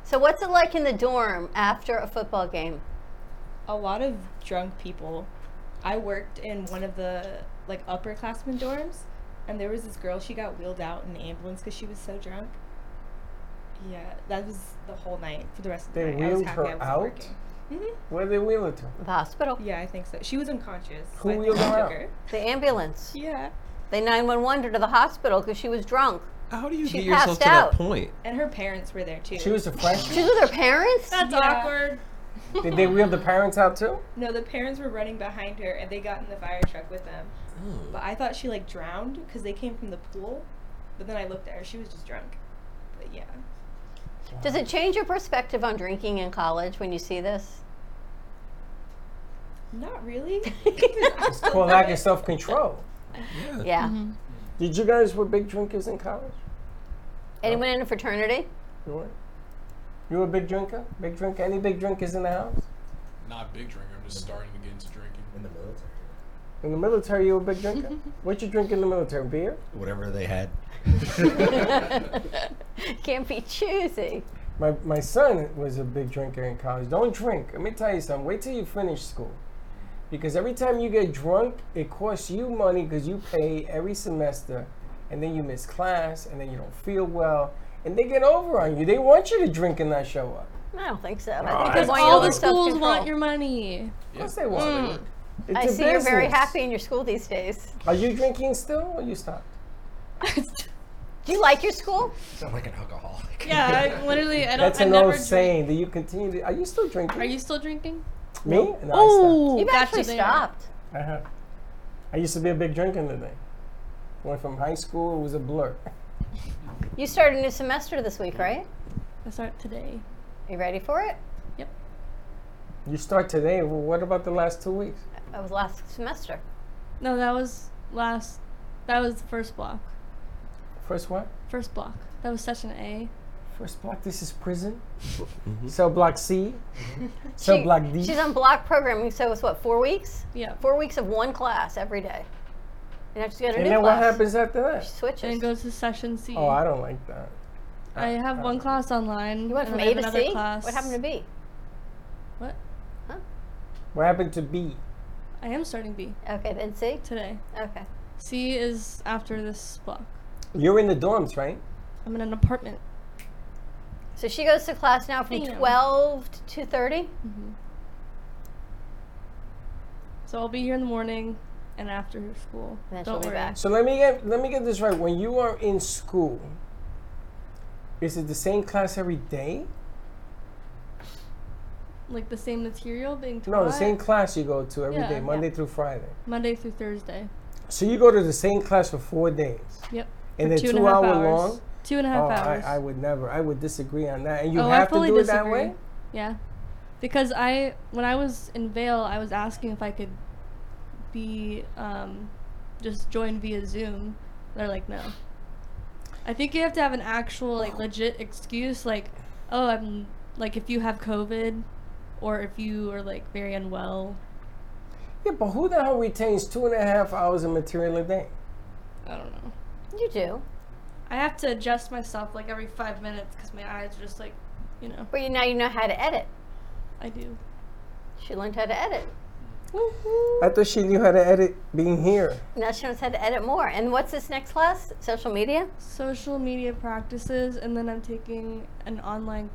S2: So what's it like in the dorm after a football game?
S9: a lot of drunk people. I worked in one of the like upperclassmen dorms, and there was this girl. She got wheeled out in an ambulance because she was so drunk. Yeah, that was the whole night for the rest of the
S3: They
S9: night. I was
S3: wheeled
S9: happy I
S3: her
S9: wasn't
S3: out.
S9: working. Mhm.
S3: Where did they wheel her to?
S2: The hospital.
S9: Yeah, I think so. She was unconscious.
S3: Who
S9: I think
S3: wheeled
S9: they
S3: her
S9: took
S3: out?
S2: The ambulance.
S9: Yeah.
S2: They 911 her to the hospital because she was drunk.
S10: How do you
S2: she
S10: get yourself
S2: passed
S10: to that
S2: out.
S10: point?
S9: And her parents were there too.
S3: She was a freshman.
S2: She's with her parents.
S9: That's awkward.
S3: [LAUGHS] Did
S9: [LAUGHS]
S3: they wheel the parents out too?
S9: No, the parents were running behind her, and they got in the fire truck with them.
S3: Oh.
S9: But I thought she like drowned because they came from the pool. But then I looked at her; she was just drunk. But yeah,
S2: Does it change your perspective on drinking in college when you see this?
S9: not
S2: [LAUGHS]
S9: really.
S3: It's called lack of self control.
S9: [LAUGHS]
S2: Yeah.
S8: Mm-hmm.
S3: Did you guys were big drinkers in college?
S2: Anyone in a fraternity? [LAUGHS]
S3: You were. You were a big drinker. Big drinker. Any big drinkers in the house?
S11: Not a big drinker. I'm just starting to get into drinking. In the military.
S3: In the military, you were a
S9: [LAUGHS]
S3: big drinker. what you drink in the military? Beer.
S5: [LAUGHS] Whatever they had.
S2: Can't be choosy.
S3: My, my son was a big drinker in college. Don't drink. Let me tell you something. Wait till you finish school. Because every time you get drunk, it costs you money because you pay every semester and then you miss class and then you don't feel well. And they get over on you. They want you to drink and not show up.
S2: I don't think so. I
S3: Oh,
S2: think they
S3: Because
S2: want
S8: all
S2: you to
S8: the schools want your money.
S3: Of course they want
S2: Mm.
S8: Hmm.
S3: it.
S2: I
S3: It's a
S2: see you're very
S3: business.
S2: happy in your school these days.
S3: Are you drinking still or you stopped?
S2: Do you you like your school?
S5: Sound like an alcoholic.
S8: Yeah, I literally, I don't.
S3: That's
S8: I
S3: an
S8: never
S3: old saying. Do you continue? To, are you still drinking?
S8: Are you still drinking?
S3: Me? No, I
S8: Oh,
S3: stopped.
S2: You've actually
S8: there.
S2: stopped.
S3: I have. I used to be a big drinker in the day. Went from high school, it was a blur.
S2: You start a new semester this week, right?
S8: I start today.
S2: You ready for
S3: [LAUGHS]
S2: it?
S3: You start today. Well, what about the last two weeks?
S2: That was last semester.
S8: No, that was last. That was the first block.
S3: First what?
S8: First block. That was session A.
S3: First block, this is prison. Cell block C. Cell
S2: She-
S3: block D.
S2: She's on block programming, so it's what, four weeks?
S8: Yeah.
S2: Four weeks of one class every day. And now she's got a
S3: and
S2: new
S3: then what
S2: class.
S3: happens after that?
S2: She switches.
S8: And goes to session C.
S3: Oh, I don't like that.
S8: I have one class online.
S2: You went
S8: and
S2: from
S8: I have
S2: A to
S8: another
S2: C?
S8: Class.
S2: What happened to B?
S8: What?
S3: What happened to B?
S8: I am starting B
S2: Okay, then C?
S8: today.
S2: Okay.
S8: C is after this block.
S3: You're in the dorms, right?
S8: I'm in an apartment.
S2: So she goes to class now from
S8: Damn.
S2: 12 to 230?
S8: hmm So I'll be here in the morning and after school.
S2: And then she'll
S8: Don't
S2: be
S8: worry.
S2: back.
S3: So let me get let me get this right. When you are in school, is it the same class every day?
S8: Like the same material being taught.
S3: No, the same class you go to every day,
S8: Yeah, yeah.
S3: Monday through Friday.
S8: Monday through Thursday.
S3: So you go to the same class for four days,
S8: Yep.
S3: and
S8: For
S3: then
S8: two
S3: two,
S8: and a half
S3: hour
S8: hours.
S3: long.
S8: Two and a half
S3: oh,
S8: hours.
S3: I, I would never. I would disagree on that. And you
S8: oh, I
S3: have to
S8: fully
S3: do it
S8: disagree.
S3: that way.
S8: Yeah, because I when I was in Vail, I was asking if I could be um, just join via Zoom. They're like, no. I think you have to have an actual like legit excuse, like, oh, I'm like if you have COVID, or if you are like very unwell.
S3: Yeah, but who the hell retains two and a half hours of material a day?
S8: I don't know.
S2: You do.
S8: I have to adjust myself like every five minutes because my eyes are just like, you know,
S2: But you, now you know how to edit.
S8: I do.
S2: She learned how to edit.
S3: I thought she knew how to edit being here.
S2: Now she knows how to edit more. And what's this next class? Social media?
S8: social media practices and then i'm taking an online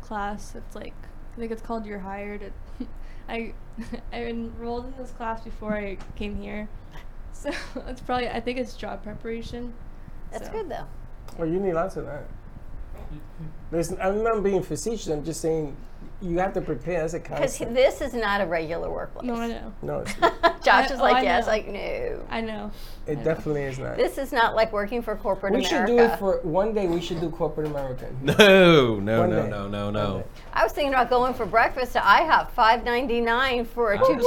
S8: class it's like i think it's called you're hired it, [LAUGHS] i i enrolled in this class before i came here so [LAUGHS] it's probably i think it's job preparation
S2: That's
S8: So,
S2: good though.
S3: Well, you need lots of that. There's, I'm not being facetious. I'm just saying you have to prepare
S2: [LAUGHS]
S3: as a
S2: Because
S3: concept.
S2: this is not a regular workplace.
S8: no i know
S3: No, it's,
S2: [LAUGHS] Josh
S8: I-
S2: is
S8: oh,
S2: like,
S8: I
S2: yes,
S8: know.
S2: like, no.
S8: i know
S3: it definitely is not.
S2: This is not like working for corporate
S3: we should
S2: America.
S3: do it for one day. We should do corporate America.
S10: [LAUGHS] No, no,
S3: One
S10: no,
S3: day.
S10: no, no, no.
S2: I was thinking about going for breakfast to IHOP, five ninety nine for
S3: Oh,
S2: a two two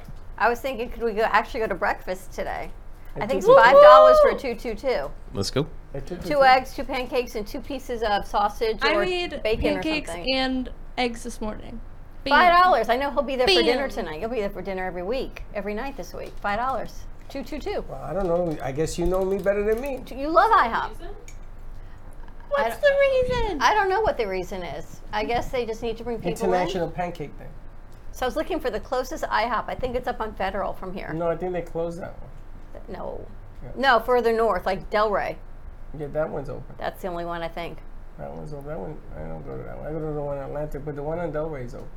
S2: two. I was thinking, could we go actually go to breakfast today? I think it's
S3: Woo-hoo!
S2: five dollars for a two two two.
S10: Let's go.
S2: Two eggs, two pancakes, and two pieces of sausage
S8: i
S2: or
S8: made
S2: bacon
S8: pancakes
S2: or something.
S8: and eggs this morning Bam.
S2: Five dollars. I know he'll be there for dinner
S8: Bam.
S2: tonight. He'll be there for dinner every week, every night this week. Five dollars. Two two two.
S3: Well, I don't know. I guess you know me better than me.
S2: You love IHOP.
S8: what's
S2: I-
S8: the reason
S2: I don't know what the reason is. I guess they just need to bring people in.
S3: International Pancake Day.
S2: So I was looking for the closest IHOP. I think it's up on Federal from here.
S3: No, I think they closed that one.
S2: No.
S3: Mm-hmm. Yeah.
S2: No, further north, like Delray.
S3: Yeah, that one's open.
S2: That's the only one I think.
S3: That one's open. That one. I don't go to that one. I go to the one in Atlantic, but the one on Delray's open.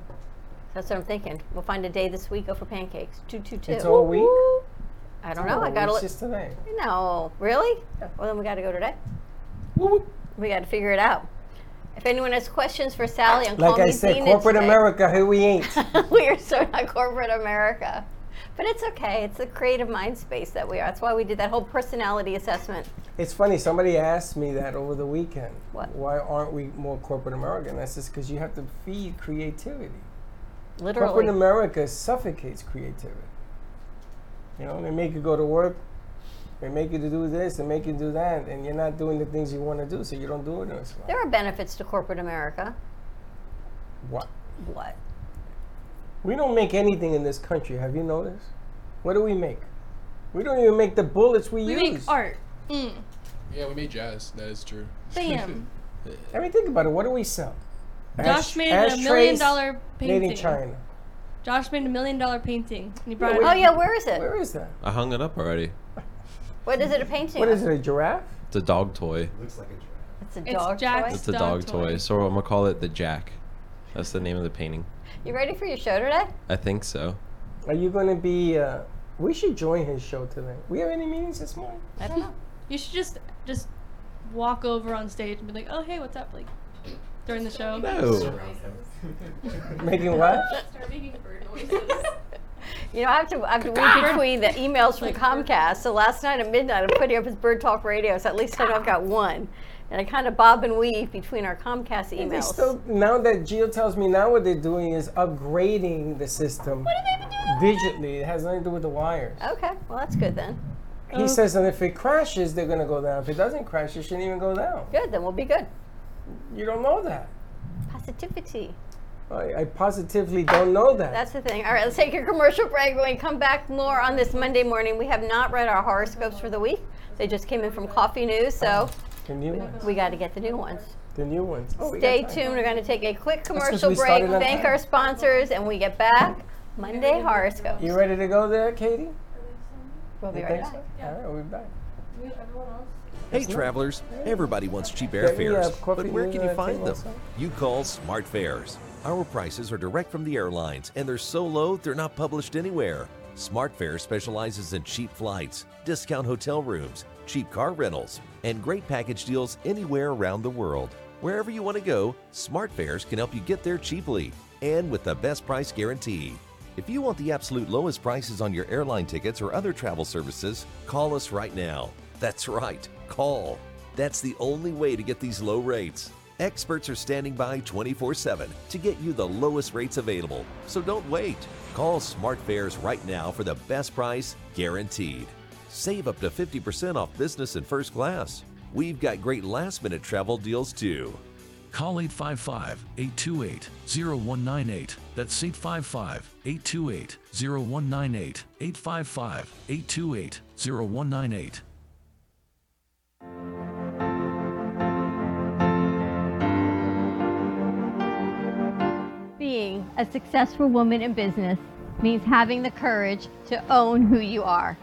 S2: That's what I'm thinking. We'll find a day this week. Go for pancakes. Two, two, two.
S3: It's all week.
S2: I don't know.
S3: Oh,
S2: I gotta
S3: It's
S2: look.
S3: just today.
S2: No, really? Well, then we gotta go today. We gotta figure it out. If anyone has questions for Sally, on
S3: Like
S2: call
S3: I
S2: me
S3: said,
S2: Zena
S3: corporate
S2: today.
S3: America, here we ain't.
S2: [LAUGHS] we are so not corporate America, but it's okay. It's the creative mind space that we are. That's why we did that whole personality assessment.
S3: It's funny, somebody asked me that over the weekend.
S2: What?
S3: Why aren't we more corporate America? And I says, because you have to feed creativity.
S2: Literally.
S3: Corporate America suffocates creativity. You know, they make you go to work, they make you to do this, they make you do that, and you're not doing the things you want to do, so you don't do it. As well.
S2: There are benefits to corporate America.
S3: What?
S2: What?
S3: We don't make anything in this country. Have you noticed? What do we make? We don't even make the bullets we,
S8: we
S3: use.
S8: make art mm.
S11: Yeah, we made jazz. That is true.
S3: [LAUGHS]
S8: bam
S3: I mean, think about it. What do we sell?
S8: josh
S3: Ash-
S8: made a
S3: ashtrays
S8: million dollar
S3: Made
S8: painting
S3: in China.
S8: josh made a million dollar painting and he brought it
S2: Oh yeah, where is it?
S3: Where is that?
S10: I hung it up already.
S2: What is it? A painting?
S3: What
S2: of?
S3: is it? A giraffe?
S10: It's a dog toy.
S5: Looks like a giraffe.
S2: It's a
S8: It's
S2: dog
S8: Jack's-
S2: toy.
S10: It's a
S8: Dog
S10: dog, toy.
S8: toy.
S10: So I'm gonna call it the Jack. That's the name of the painting.
S2: You ready for your show today?
S10: I think so.
S3: Are you going to be? Uh, we should join his show today. We have any meetings this morning?
S2: I don't know.
S8: You should just just walk over on stage and be like, "Oh, hey, what's up?" Like during the show.
S10: No.
S3: [LAUGHS] Making what?
S7: Start making bird noises.
S2: You know, I have to, I have to read between the emails from Comcast. So last night at midnight, I'm putting up his Bird Talk Radio, so at least I know I've got one. And I kind of bob and weave between our Comcast
S3: And They
S2: emails.
S3: still, now that Geo tells me now what they're doing is upgrading the system digitally. It has nothing to do with the wires.
S2: okay, well, that's good then.
S8: Oh.
S3: He says that if it crashes, they're gonna go down. If it doesn't crash, it shouldn't even go down.
S2: Good, then we'll be good.
S3: You don't know that.
S2: Positivity.
S3: I, I positively don't know that.
S2: That's the thing. All right, let's take your commercial break. When we come back more on this Monday morning, we have not read our horoscopes for the week. They just came in from Coffee News, so
S3: the new ones.
S2: we got to get the new ones.
S3: The new ones. Oh, we got
S2: Stay
S3: time.
S2: tuned. We're going to take a quick
S3: 'cause
S2: commercial
S3: we
S2: break,
S3: started on
S2: thank
S3: time.
S2: our sponsors, and we get back Monday horoscopes.
S3: You ready to go there, Katie?
S2: We'll be
S3: You
S2: right
S3: think
S2: back.
S3: so? All right, we'll be back.
S13: Hey travelers, everybody wants cheap
S3: Yeah, yeah,
S13: airfares,
S3: coffee
S13: but where
S3: with,
S13: can you
S3: uh,
S13: find
S3: thing
S13: them?
S3: also.
S13: You call Smart Fares. Our prices are direct from the airlines and they're so low they're not published anywhere. Smart Fares specializes in cheap flights, discount hotel rooms, cheap car rentals, and great package deals anywhere around the world. Wherever you want to go, Smart Fares can help you get there cheaply and with the best price guarantee. If you want the absolute lowest prices on your airline tickets or other travel services, call us right now. That's right, call. That's the only way to get these low rates. Experts are standing by 24 7 to get you the lowest rates available, so don't wait. Call SmartFares right now for the best price guaranteed. Save up to 50% off business and first class. We've got great last minute travel deals too.
S14: Call 855 828 0198. That's 855 828 0198. 855 828 0198.
S15: Being a successful woman in business means having the courage to own who you are.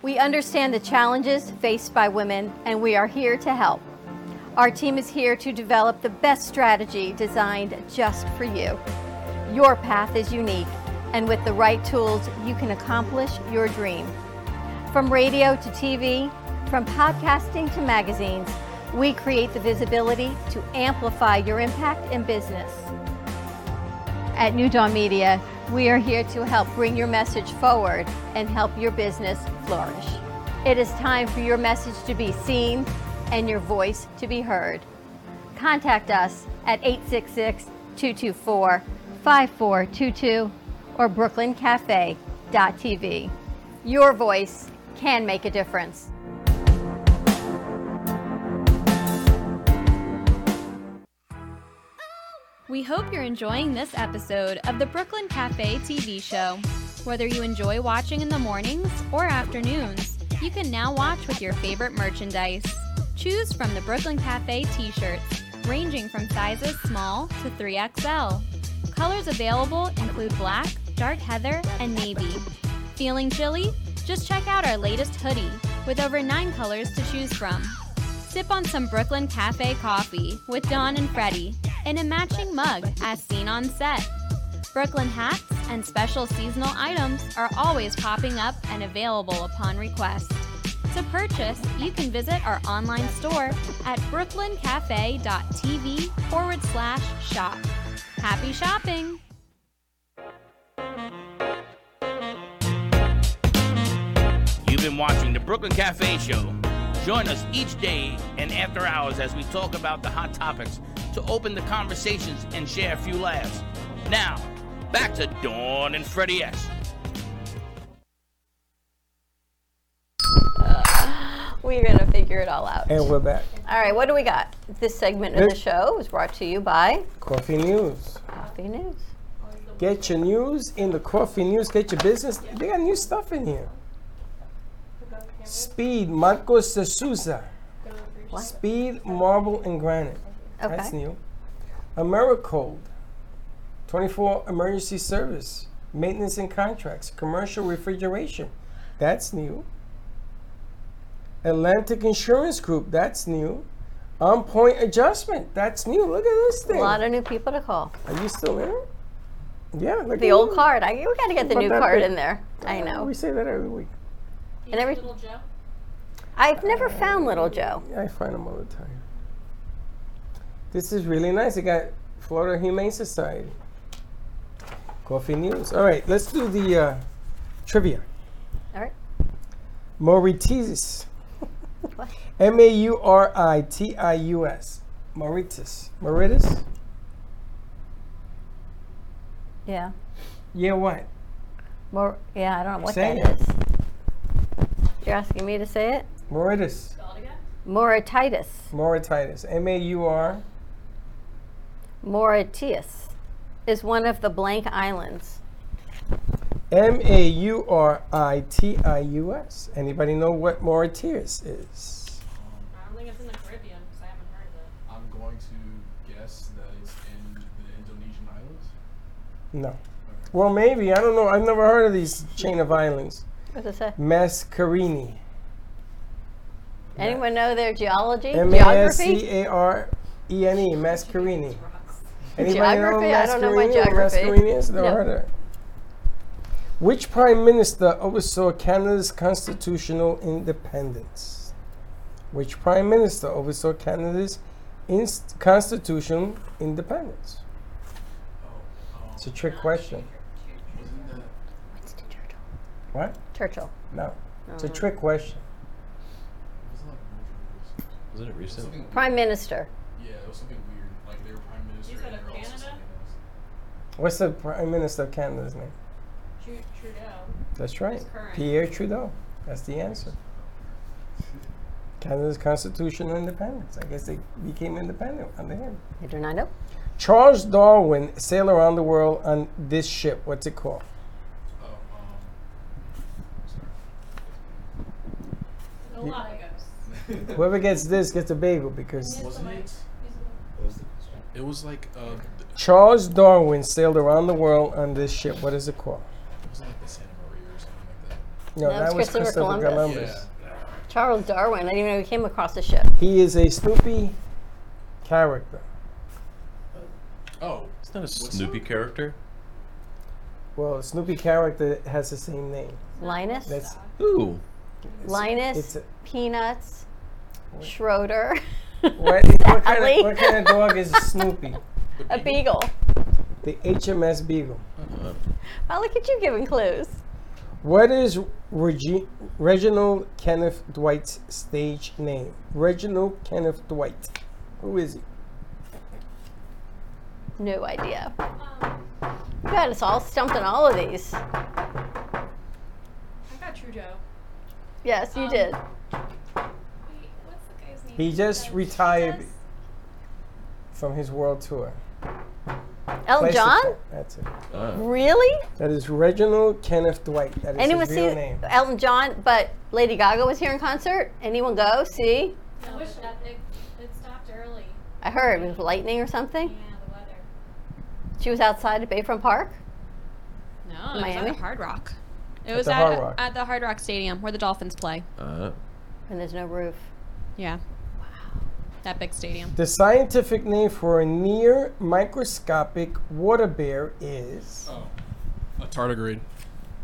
S2: We understand the challenges faced by women, and we are here to help. Our team is here to develop the best strategy designed just for you. Your path is unique, and with the right tools, you can accomplish your dream. From radio to TV, from podcasting to magazines, we create the visibility to amplify your impact in business. At New Dawn Media, we are here to help bring your message forward and help your business flourish. It is time for your message to be seen and your voice to be heard. Contact us at 866 224 5422 or brooklyncafe.tv. Your voice can make a difference.
S16: We hope you're enjoying this episode of the Brooklyn Cafe TV show. Whether you enjoy watching in the mornings or afternoons, you can now watch with your favorite merchandise. Choose from the Brooklyn Cafe t shirts, ranging from sizes small to 3XL. Colors available include black, dark heather, and navy. Feeling chilly? Just check out our latest hoodie with over nine colors to choose from. Sip on some Brooklyn Cafe coffee with Dawn and Freddie in a matching mug as seen on set. Brooklyn hats and special seasonal items are always popping up and available upon request. To purchase, you can visit our online store at brooklyncafe.tv forward slash shop. Happy shopping!
S17: You've been watching the Brooklyn Cafe Show. Join us each day and after hours as we talk about the hot topics to open the conversations and share a few laughs. Now, back to Dawn and Freddie S.
S2: We're going to figure it all out.
S3: And we're back.
S2: All right, what do we got? This segment of the show was brought to you by
S3: Coffee news.
S2: Coffee News.
S3: Get your news in the coffee news. Get your business. They got new stuff in here. Speed, Marcos de Souza. Speed, marble, and granite. That's
S2: Okay.
S3: new. AmeriCold. 24 emergency service. Maintenance and contracts. Commercial refrigeration. That's new. Atlantic Insurance Group. That's new. On point adjustment. That's new. Look at this
S2: A
S3: thing.
S2: lot of new people to call.
S3: Are you still there? Yeah. look
S2: The
S3: at
S2: old
S3: you.
S2: card. I, we got to get the
S3: But
S2: new
S3: that
S2: card
S3: thing-
S2: in there. I know.
S3: We say that every week.
S2: And every Little Joe. I've never found Little Joe.
S3: I find them all the time. This is really nice. It got Florida Humane Society. Coffee news. All right, let's do the uh, trivia.
S2: All right. [LAUGHS]
S3: Mauritius. M A U R I T I U S. Mauritius. Mauritius?
S2: Yeah.
S3: Yeah, what?
S2: More. Yeah, I don't know what
S3: Say
S2: that
S3: it.
S2: is. You're asking me to say it.
S3: Mauritius.
S2: Mauritius.
S3: Mauritius. M A U R.
S2: Mauritius is one of the blank islands.
S3: M A U R I T I U S. Anybody know what Mauritius is?
S7: I don't think it's in the Caribbean because I haven't heard of it.
S11: I'm going to guess that it's in the Indonesian islands.
S3: No. Well, maybe. I don't know. I've never heard of these chain of islands.
S2: What does it say?
S3: Mascarini.
S2: Anyone know their geology?
S3: M A S C
S2: Geography?
S3: A R E N E. Mascarini.
S2: Geography? I don't know my
S3: Mascarini or
S2: geography.
S3: Mascarini is? Never
S2: No.
S3: heard of it. Which prime minister oversaw Canada's constitutional independence? Which prime minister oversaw Canada's inst- constitutional independence? It's a trick question.
S2: Winston Churchill.
S3: What?
S2: Churchill.
S3: No. It's a
S2: No.
S3: trick question.
S5: Was it recent?
S2: Prime Minister.
S11: Yeah, it was something weird. Like they were prime minister.
S7: You said
S11: and
S7: of
S11: they were also
S7: Canada?
S11: something else.
S3: What's the prime minister of Canada's name?
S7: Tru- Trudeau.
S3: That's right.
S7: It's current.
S3: Pierre Trudeau. That's the answer. Canada's constitutional independence. I guess they became independent under him.
S2: I do not know.
S3: Charles Darwin sailed around the world on this ship. What's it called?
S7: The
S3: Ye-
S7: Galapagos.
S3: [LAUGHS] Whoever gets this gets a bagel because
S11: Wasn't it? It was like uh, th-
S3: Charles Darwin sailed around the world on this ship. What is it called?
S11: was it like the Santa Maria or something like that?
S3: No,
S2: That was
S3: that was
S2: Christopher
S3: Christopher
S2: Columbus.
S3: Columbus.
S2: Charles Darwin. I didn't even know he came across the ship.
S3: He is a Snoopy character.
S11: Oh,
S18: It's not a Snoopy character.
S3: Well, Snoopy character has the same name.
S2: Linus.
S3: That's
S18: Ooh.
S2: Linus.
S3: it's a-
S2: Peanuts. Schroeder. [LAUGHS]
S3: what, what, kind
S2: Sally.
S3: of, what kind of dog is Snoopy?
S2: [LAUGHS] A beagle.
S3: The HMS Beagle.
S2: Oh, look at you giving clues.
S3: What is Regi- Reginald Kenneth Dwight's stage name? Reginald Kenneth Dwight. Who is he?
S2: No idea. God, it's all stumped on all of these.
S7: I got Trudeau.
S2: Yes,
S3: Um,
S2: you did.
S7: Wait, what's the guy's name?
S3: He just retired from his world tour.
S2: Elton
S3: Place to
S2: John?
S3: Call. That's it.
S2: Really?
S3: That is Reginald Kenneth Dwight. That is
S2: Anyone
S3: his
S2: see
S3: real name.
S2: Elton John, but Lady Gaga was here in concert? Anyone go? See?
S7: I wish that it, it stopped early.
S2: I heard it was lightning or something.
S7: Yeah, the weather.
S2: She was outside at Bayfront Park.
S12: No,
S2: it was at Miami?
S12: Hard Rock. It
S2: At
S12: was
S2: the
S12: at,
S2: Hard Rock. Oh.
S12: at the Hard Rock Stadium where the Dolphins play.
S18: Uh,
S2: And there's no roof.
S12: Yeah. That big stadium.
S3: The scientific name for a near microscopic water bear is.
S11: A tardigrade.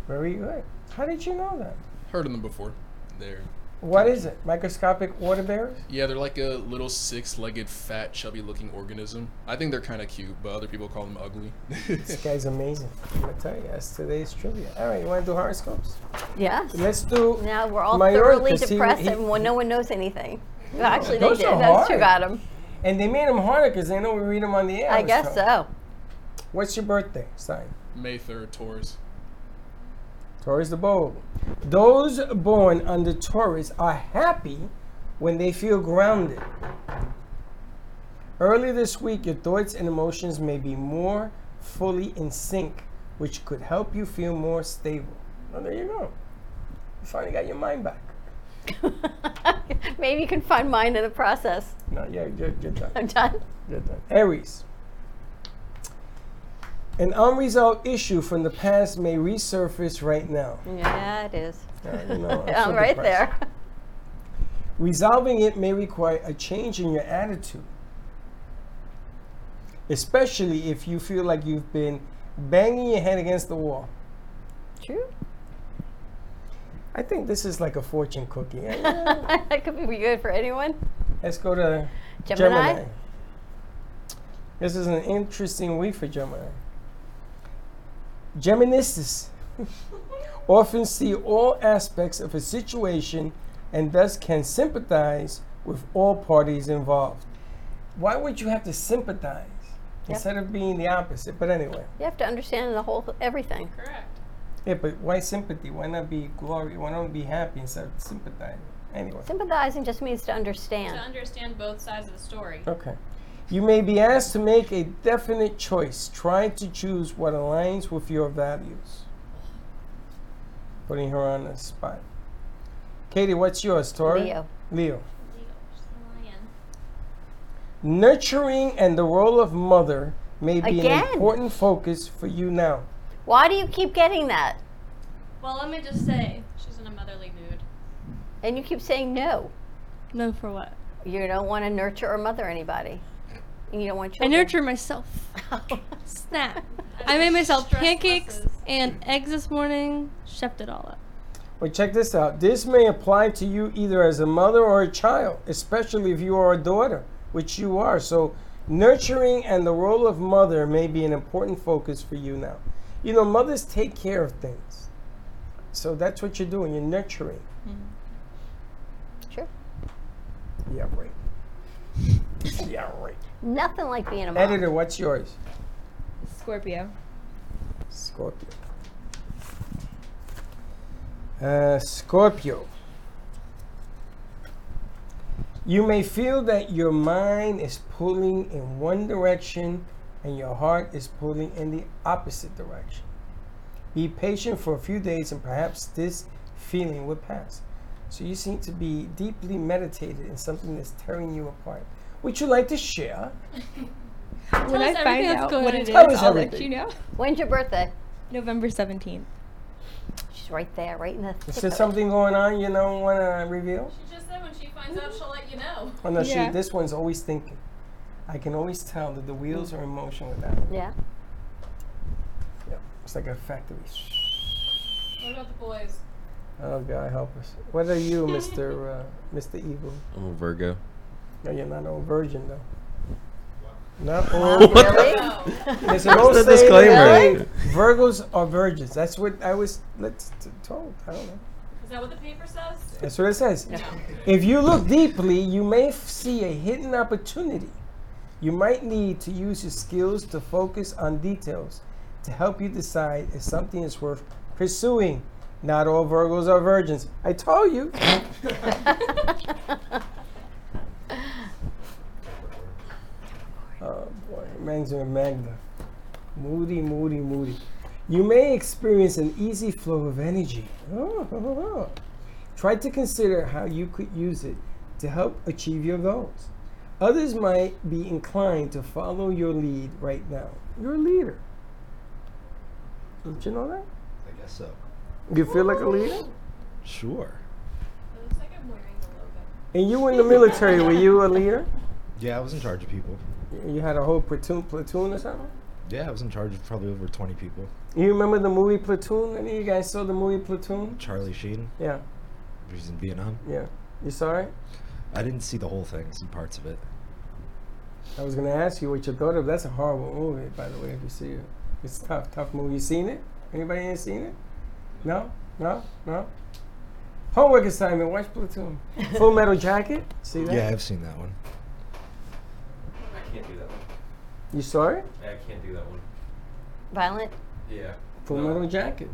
S3: Very good. How did you know that?
S11: Heard of them before. They're
S3: What is it? Microscopic water bears?
S11: yeah, they're like a little six-legged, fat, chubby-looking organism. I think they're kind of cute, but other people call them ugly.
S3: This guy's amazing. I'm gonna tell you, that's today's trivia. All right, you want to do horoscopes?
S2: Yeah.
S3: Let's do.
S2: Now we're all
S3: Majorca,
S2: thoroughly
S3: see,
S2: depressed
S3: he-
S2: and well, no one knows anything. Well, actually, they
S3: Those
S2: did.
S3: are
S2: Those two
S3: hard.
S2: got them.
S3: And they made them harder because they know we read them on the air.
S2: I guess so.
S3: What's your birthday sign?
S11: May third, Taurus.
S3: Taurus the bold. Those born under Taurus are happy when they feel grounded. Early this week, your thoughts and emotions may be more fully in sync, which could help you feel more stable. Well, there you go. You finally got your mind back.
S2: [LAUGHS] Maybe you can find mine in the process. [LAUGHS]
S3: No, yeah, you're, you're done.
S2: I'm done.
S3: You're done. Aries. An unresolved issue from the past may resurface right now.
S2: Yeah, it is.
S3: [LAUGHS] Yeah, you know, I'm
S2: I'm
S3: so
S2: right
S3: depressed.
S2: there.
S3: Resolving it may require a change in your attitude, especially [LAUGHS] if you feel like you've been banging your head against the wall.
S2: True.
S3: I think this is like a fortune cookie. eh?
S2: [LAUGHS] that could be good for anyone.
S3: Let's go to
S2: Gemini?
S3: This is an interesting week for Gemini. Geminists [LAUGHS] often see all aspects of a situation and thus can sympathize with all parties involved. Why would you have to sympathize
S2: Yeah.
S3: instead of being the opposite? But anyway,
S2: You have to understand the whole everything. Correct.
S3: yeah, but why sympathy? Why not be glory? Why not be happy instead of sympathizing? Anyway.
S2: Sympathizing just means to
S7: To
S2: understand.
S7: understand both sides of the story.
S3: Okay. You may be asked to make a definite choice. Try to choose what aligns with your values. Putting her on the spot. Katie, what's yours, Tori?
S7: Leo.
S3: Leo.
S7: Lion.
S3: Nurturing and the role of mother may be
S2: Again?
S3: an important focus for you now.
S2: Why do you keep getting that?
S7: Well, let me just say, she's in a motherly mood.
S2: And you keep saying no.
S8: No, for what?
S2: You don't want to nurture or mother anybody. And you don't want
S8: I
S2: children.
S8: nurture myself.
S7: [LAUGHS]
S8: Snap. I made myself pancakes and eggs this morning. Chefed it all up.
S3: But check this out. This may apply to you either as a mother or a child, especially if you are a daughter, which you are. So, nurturing and the role of mother may be an important focus for you now. You know, mothers take care of things. So, that's what you're doing. You're nurturing.
S9: Mm.
S2: Sure.
S3: Yeah, right. [LAUGHS] yeah, right.
S2: Nothing like being a mom.
S3: Editor, what's yours?
S9: Scorpio.
S3: Scorpio. Uh, Scorpio. You may feel that your mind is pulling in one direction and your heart is pulling in the opposite direction. Be patient for a few days and perhaps this feeling will pass. So you seem to be deeply meditated in something that's tearing you apart. Would you like to share?
S9: when I find out what it is,
S3: Tell us
S9: I'll let
S3: everything.
S9: you know.
S2: When's your birthday?
S9: November 17th.
S2: She's right there, right in the.
S3: Is there something going on you don't want to reveal?
S7: She just said when she finds out, she'll let you know.
S3: Oh no, she, this one's always thinking. I can always tell that the wheels are in motion with that.
S2: Yeah.
S3: Yep. It's like a factory.
S7: What about the boys?
S3: Oh God, help us. What are you, Mister uh, Mister Evil?
S10: I'm a Virgo.
S3: No, you're not an old virgin though. Not
S10: Wow,
S3: old.
S10: What really? the-
S3: There's an
S10: Where's
S3: old
S10: the
S3: saying
S10: disclaimer?
S3: that [LAUGHS] Virgos are virgins. That's what I was let's t- told. I don't know.
S7: Is that what the paper says?
S3: That's what it says. [LAUGHS] If you look deeply, you may f- see a hidden opportunity. You might need to use your skills to focus on details to help you decide if something is worth pursuing. Not all Virgos are virgins. I told you. Oh boy, reminds me of Magda. Moody, moody, moody. You may experience an easy flow of energy. Oh, Try to consider how you could use it to help achieve your goals. Others might be inclined to follow your lead right now. You're a leader. Did you know that?
S5: I guess so.
S3: You feel like a leader?
S5: Sure.
S3: And you were in the military, were you a leader?
S5: Yeah, I was in charge of people.
S3: You had a whole platoon, platoon or something?
S5: Yeah, I was in charge of probably over 20 people.
S3: You remember the movie Platoon? Any of you guys saw the movie Platoon?
S5: Charlie Sheen,
S3: Yeah,
S5: he's in Vietnam.
S3: yeah. You saw it?
S5: I didn't see the whole thing, some parts of it.
S3: I was gonna ask you what you thought of. That's a horrible movie, by the way. If you see it, it's tough, tough movie. You seen it? Anybody ain't seen it? No, no, no. Homework assignment: Watch Platoon. Full Metal Jacket. See that?
S5: Yeah, I've seen that one.
S6: I can't do that one.
S3: You saw it?
S6: Yeah, I can't do that one.
S2: Violent.
S6: Yeah.
S3: Full Metal Jacket.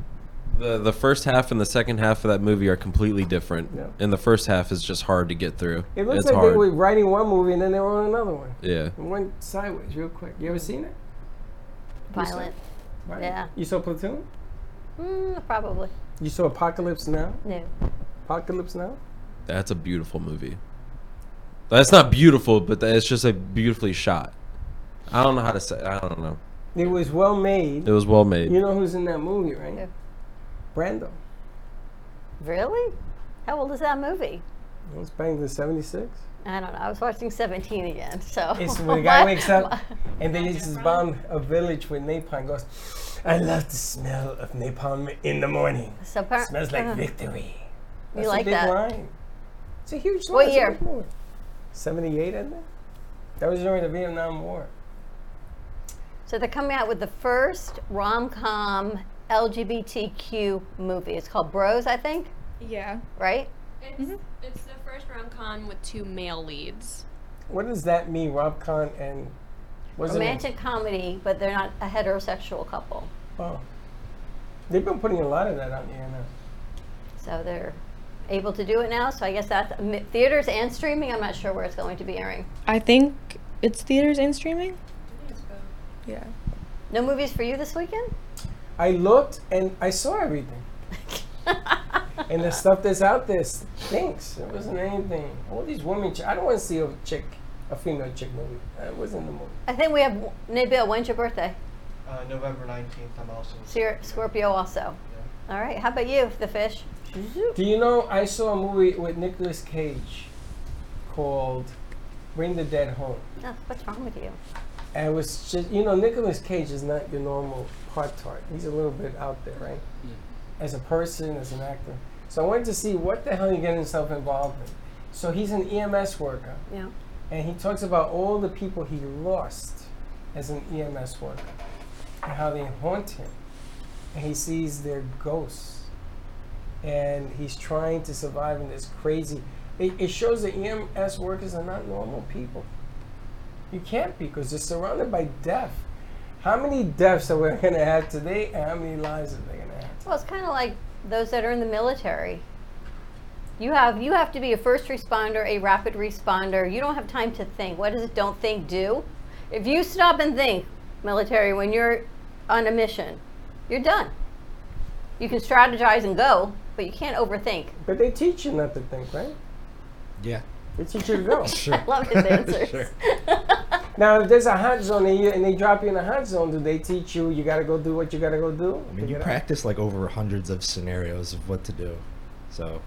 S10: The the first half and the second half of that movie are completely different.
S3: Yeah.
S10: And the first half is just hard to get through.
S3: It looks
S10: it's
S3: like
S10: hard.
S3: they were writing one movie and then they wrote another one.
S10: Yeah.
S3: It went sideways real quick. You ever seen it? You saw-
S2: Violent.
S3: Violent?
S2: Yeah.
S3: You saw Platoon?
S2: Mm, probably.
S3: You saw Apocalypse Now?
S2: No.
S3: Apocalypse Now?
S10: That's a beautiful movie. That's not beautiful, but that- it's just a beautifully shot. I don't know how to say. I don't know.
S3: It was well made.
S10: It was well made.
S3: You know who's in that movie, right? Brando.
S2: Really? How old is that movie?
S3: It was banged
S2: [LAUGHS]
S3: in '76.
S2: I don't know. I was watching 17 again, so.
S3: It's when the guy
S2: my-
S3: wakes up
S2: my-
S3: and they just bomb a village with napalm. and Goes, I love the smell of napalm in the morning.
S2: [LAUGHS] So appar-
S3: Smells like
S2: uh-huh.
S3: victory.
S2: You
S3: That's a
S2: like
S3: big
S2: that?
S3: line. It's a huge
S2: What
S3: line.
S2: year?
S3: It's a big line. 78, I think. That was during the Vietnam War.
S2: So they're coming out with the first rom-com LGBTQ movie. It's called Bros, I think,
S9: Yeah.
S2: right?
S12: It's, it's the first rom com with two male leads.
S3: What does that mean, Robcon and what's it?
S2: Romantic comedy, but they're not a heterosexual couple.
S3: Oh. They've been putting a lot of that out here now.
S2: So they're able to do it now. So I guess that's mi- theaters and streaming. I'm not sure where it's going to be airing.
S9: I think it's theaters and streaming. Yeah.
S2: No movies for you this weekend?
S3: I looked and I saw everything. and the stuff that's out there stinks. It wasn't anything. All these women, ch- I don't want to see a chick, a female chick movie. That wasn't the movie.
S2: I think we have Nabil. When's your birthday?
S19: Uh, November 19th, I'm also.
S2: So you're Scorpio also. All right. How about you, the fish?
S3: Do you know I saw a movie with Nicolas Cage called Bring the Dead Home?
S2: Oh, what's wrong with you?
S3: And it was just, you know, Nicolas Cage is not your normal hard tart. He's a little bit out there, right? As a person, as an actor. So I wanted to see what the hell he got himself involved in. So he's an EMS worker.
S2: Yeah.
S3: And he talks about all the people he lost as an EMS worker and how they haunt him. And he sees their ghosts. And he's trying to survive in this crazy. It, it shows that EMS workers are not normal people. You can't be because you're surrounded by death. How many deaths are we going to have today, and how many lives are they going to have?
S2: Well, it's kind of like those that are in the military. You have you have to be a first responder, a rapid responder. You don't have time to think. What does don't think do? If you stop and think, military, when you're on a mission, you're done. You can strategize and go, but you can't overthink.
S3: But they teach you not to think, right?
S5: Yeah.
S3: They teach you to
S5: [LAUGHS]
S3: go.
S2: [LAUGHS] I love his
S3: [LAUGHS]
S2: answers. [LAUGHS]
S3: Now, if there's a hot zone and, you, and they drop you in a hot zone, do they teach you you got to go do what you got to go do?
S5: I mean, you practice like over hundreds of scenarios of what to do. So,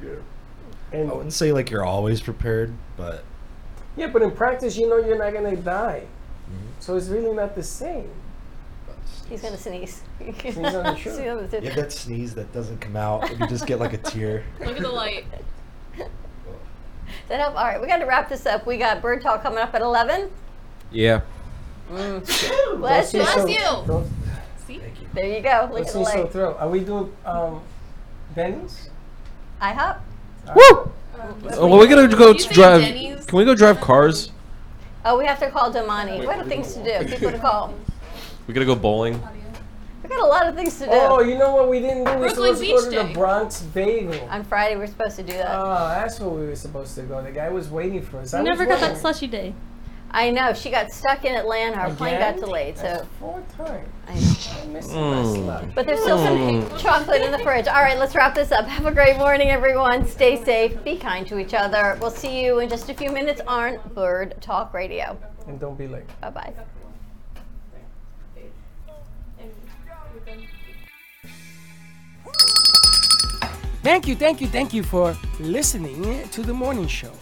S5: I wouldn't say like you're always prepared, but
S3: Yeah, but in practice, you know you're not going to die.
S5: Mm-hmm.
S3: So it's really not the same.
S2: He's gonna sneeze.
S3: Sneeze
S2: [LAUGHS]
S3: on the shirt.
S2: Sneeze on the shirt.
S5: you have that sneeze that doesn't come out, and you just get like a tear.
S2: Look at the light. [LAUGHS] Set up. All right, we got to wrap this up. We got bird talk coming up at eleven.
S10: Yeah.
S2: Mm. Bless you.
S3: Don't be so-
S2: you.
S3: don't-
S2: See? There you go. Look
S3: Let's
S2: at the
S3: be so
S2: light.
S3: thrilled. Are we doing um, Benny's?
S2: I hop.
S10: Woo! Oh, well, we gotta go
S2: You
S10: to
S2: think
S10: drive.
S2: Denny's-
S10: Can we go drive cars?
S2: Oh, we have to call Damani. We have things to do. People to call.
S10: We gotta go bowling.
S2: We got a lot of things to do.
S3: Oh, you know what we didn't do? We were
S2: Brooklyn
S3: supposed
S2: Beach
S3: to go to
S2: Day.
S3: the Bronx Bagel.
S2: On Friday, we're supposed to do that.
S10: Ah,
S3: Oh, that's where we were supposed to go. The guy was waiting for us. I
S8: I
S3: was
S8: never got that
S3: wondering.
S8: slushy day.
S2: I know. She got stuck in Atlanta. Her plane got
S8: Again?
S2: delayed. So.
S3: Four times.
S2: I
S3: know.
S5: Mm.
S2: But there's still some
S10: Mm.
S2: chocolate in the fridge. All right, let's wrap this up. Have a great morning, everyone. Stay safe. Be kind to each other. We'll see you in just a few minutes on Bird Talk Radio.
S3: And don't be late.
S2: Bye bye.
S3: Thank you, thank you, thank you for listening to the morning show.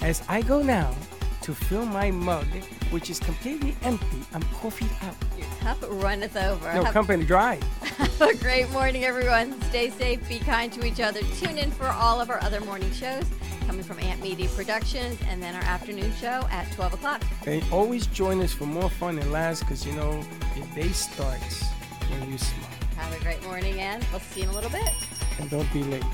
S3: As I go now to fill my mug, which is completely empty, I'm coffee out.
S2: Your cup runneth over.
S3: No,
S2: Have-
S3: company dry.
S2: Have [LAUGHS] a great morning, everyone. Stay safe, be kind to each other. Tune in for all of our other morning shows coming from Ant Media Productions and then our afternoon show at 12 o'clock.
S3: And always join us for more fun and laughs, because you know, your day starts when you smile.
S2: Have a great morning, and we'll see you in a little bit.
S3: And don't be late.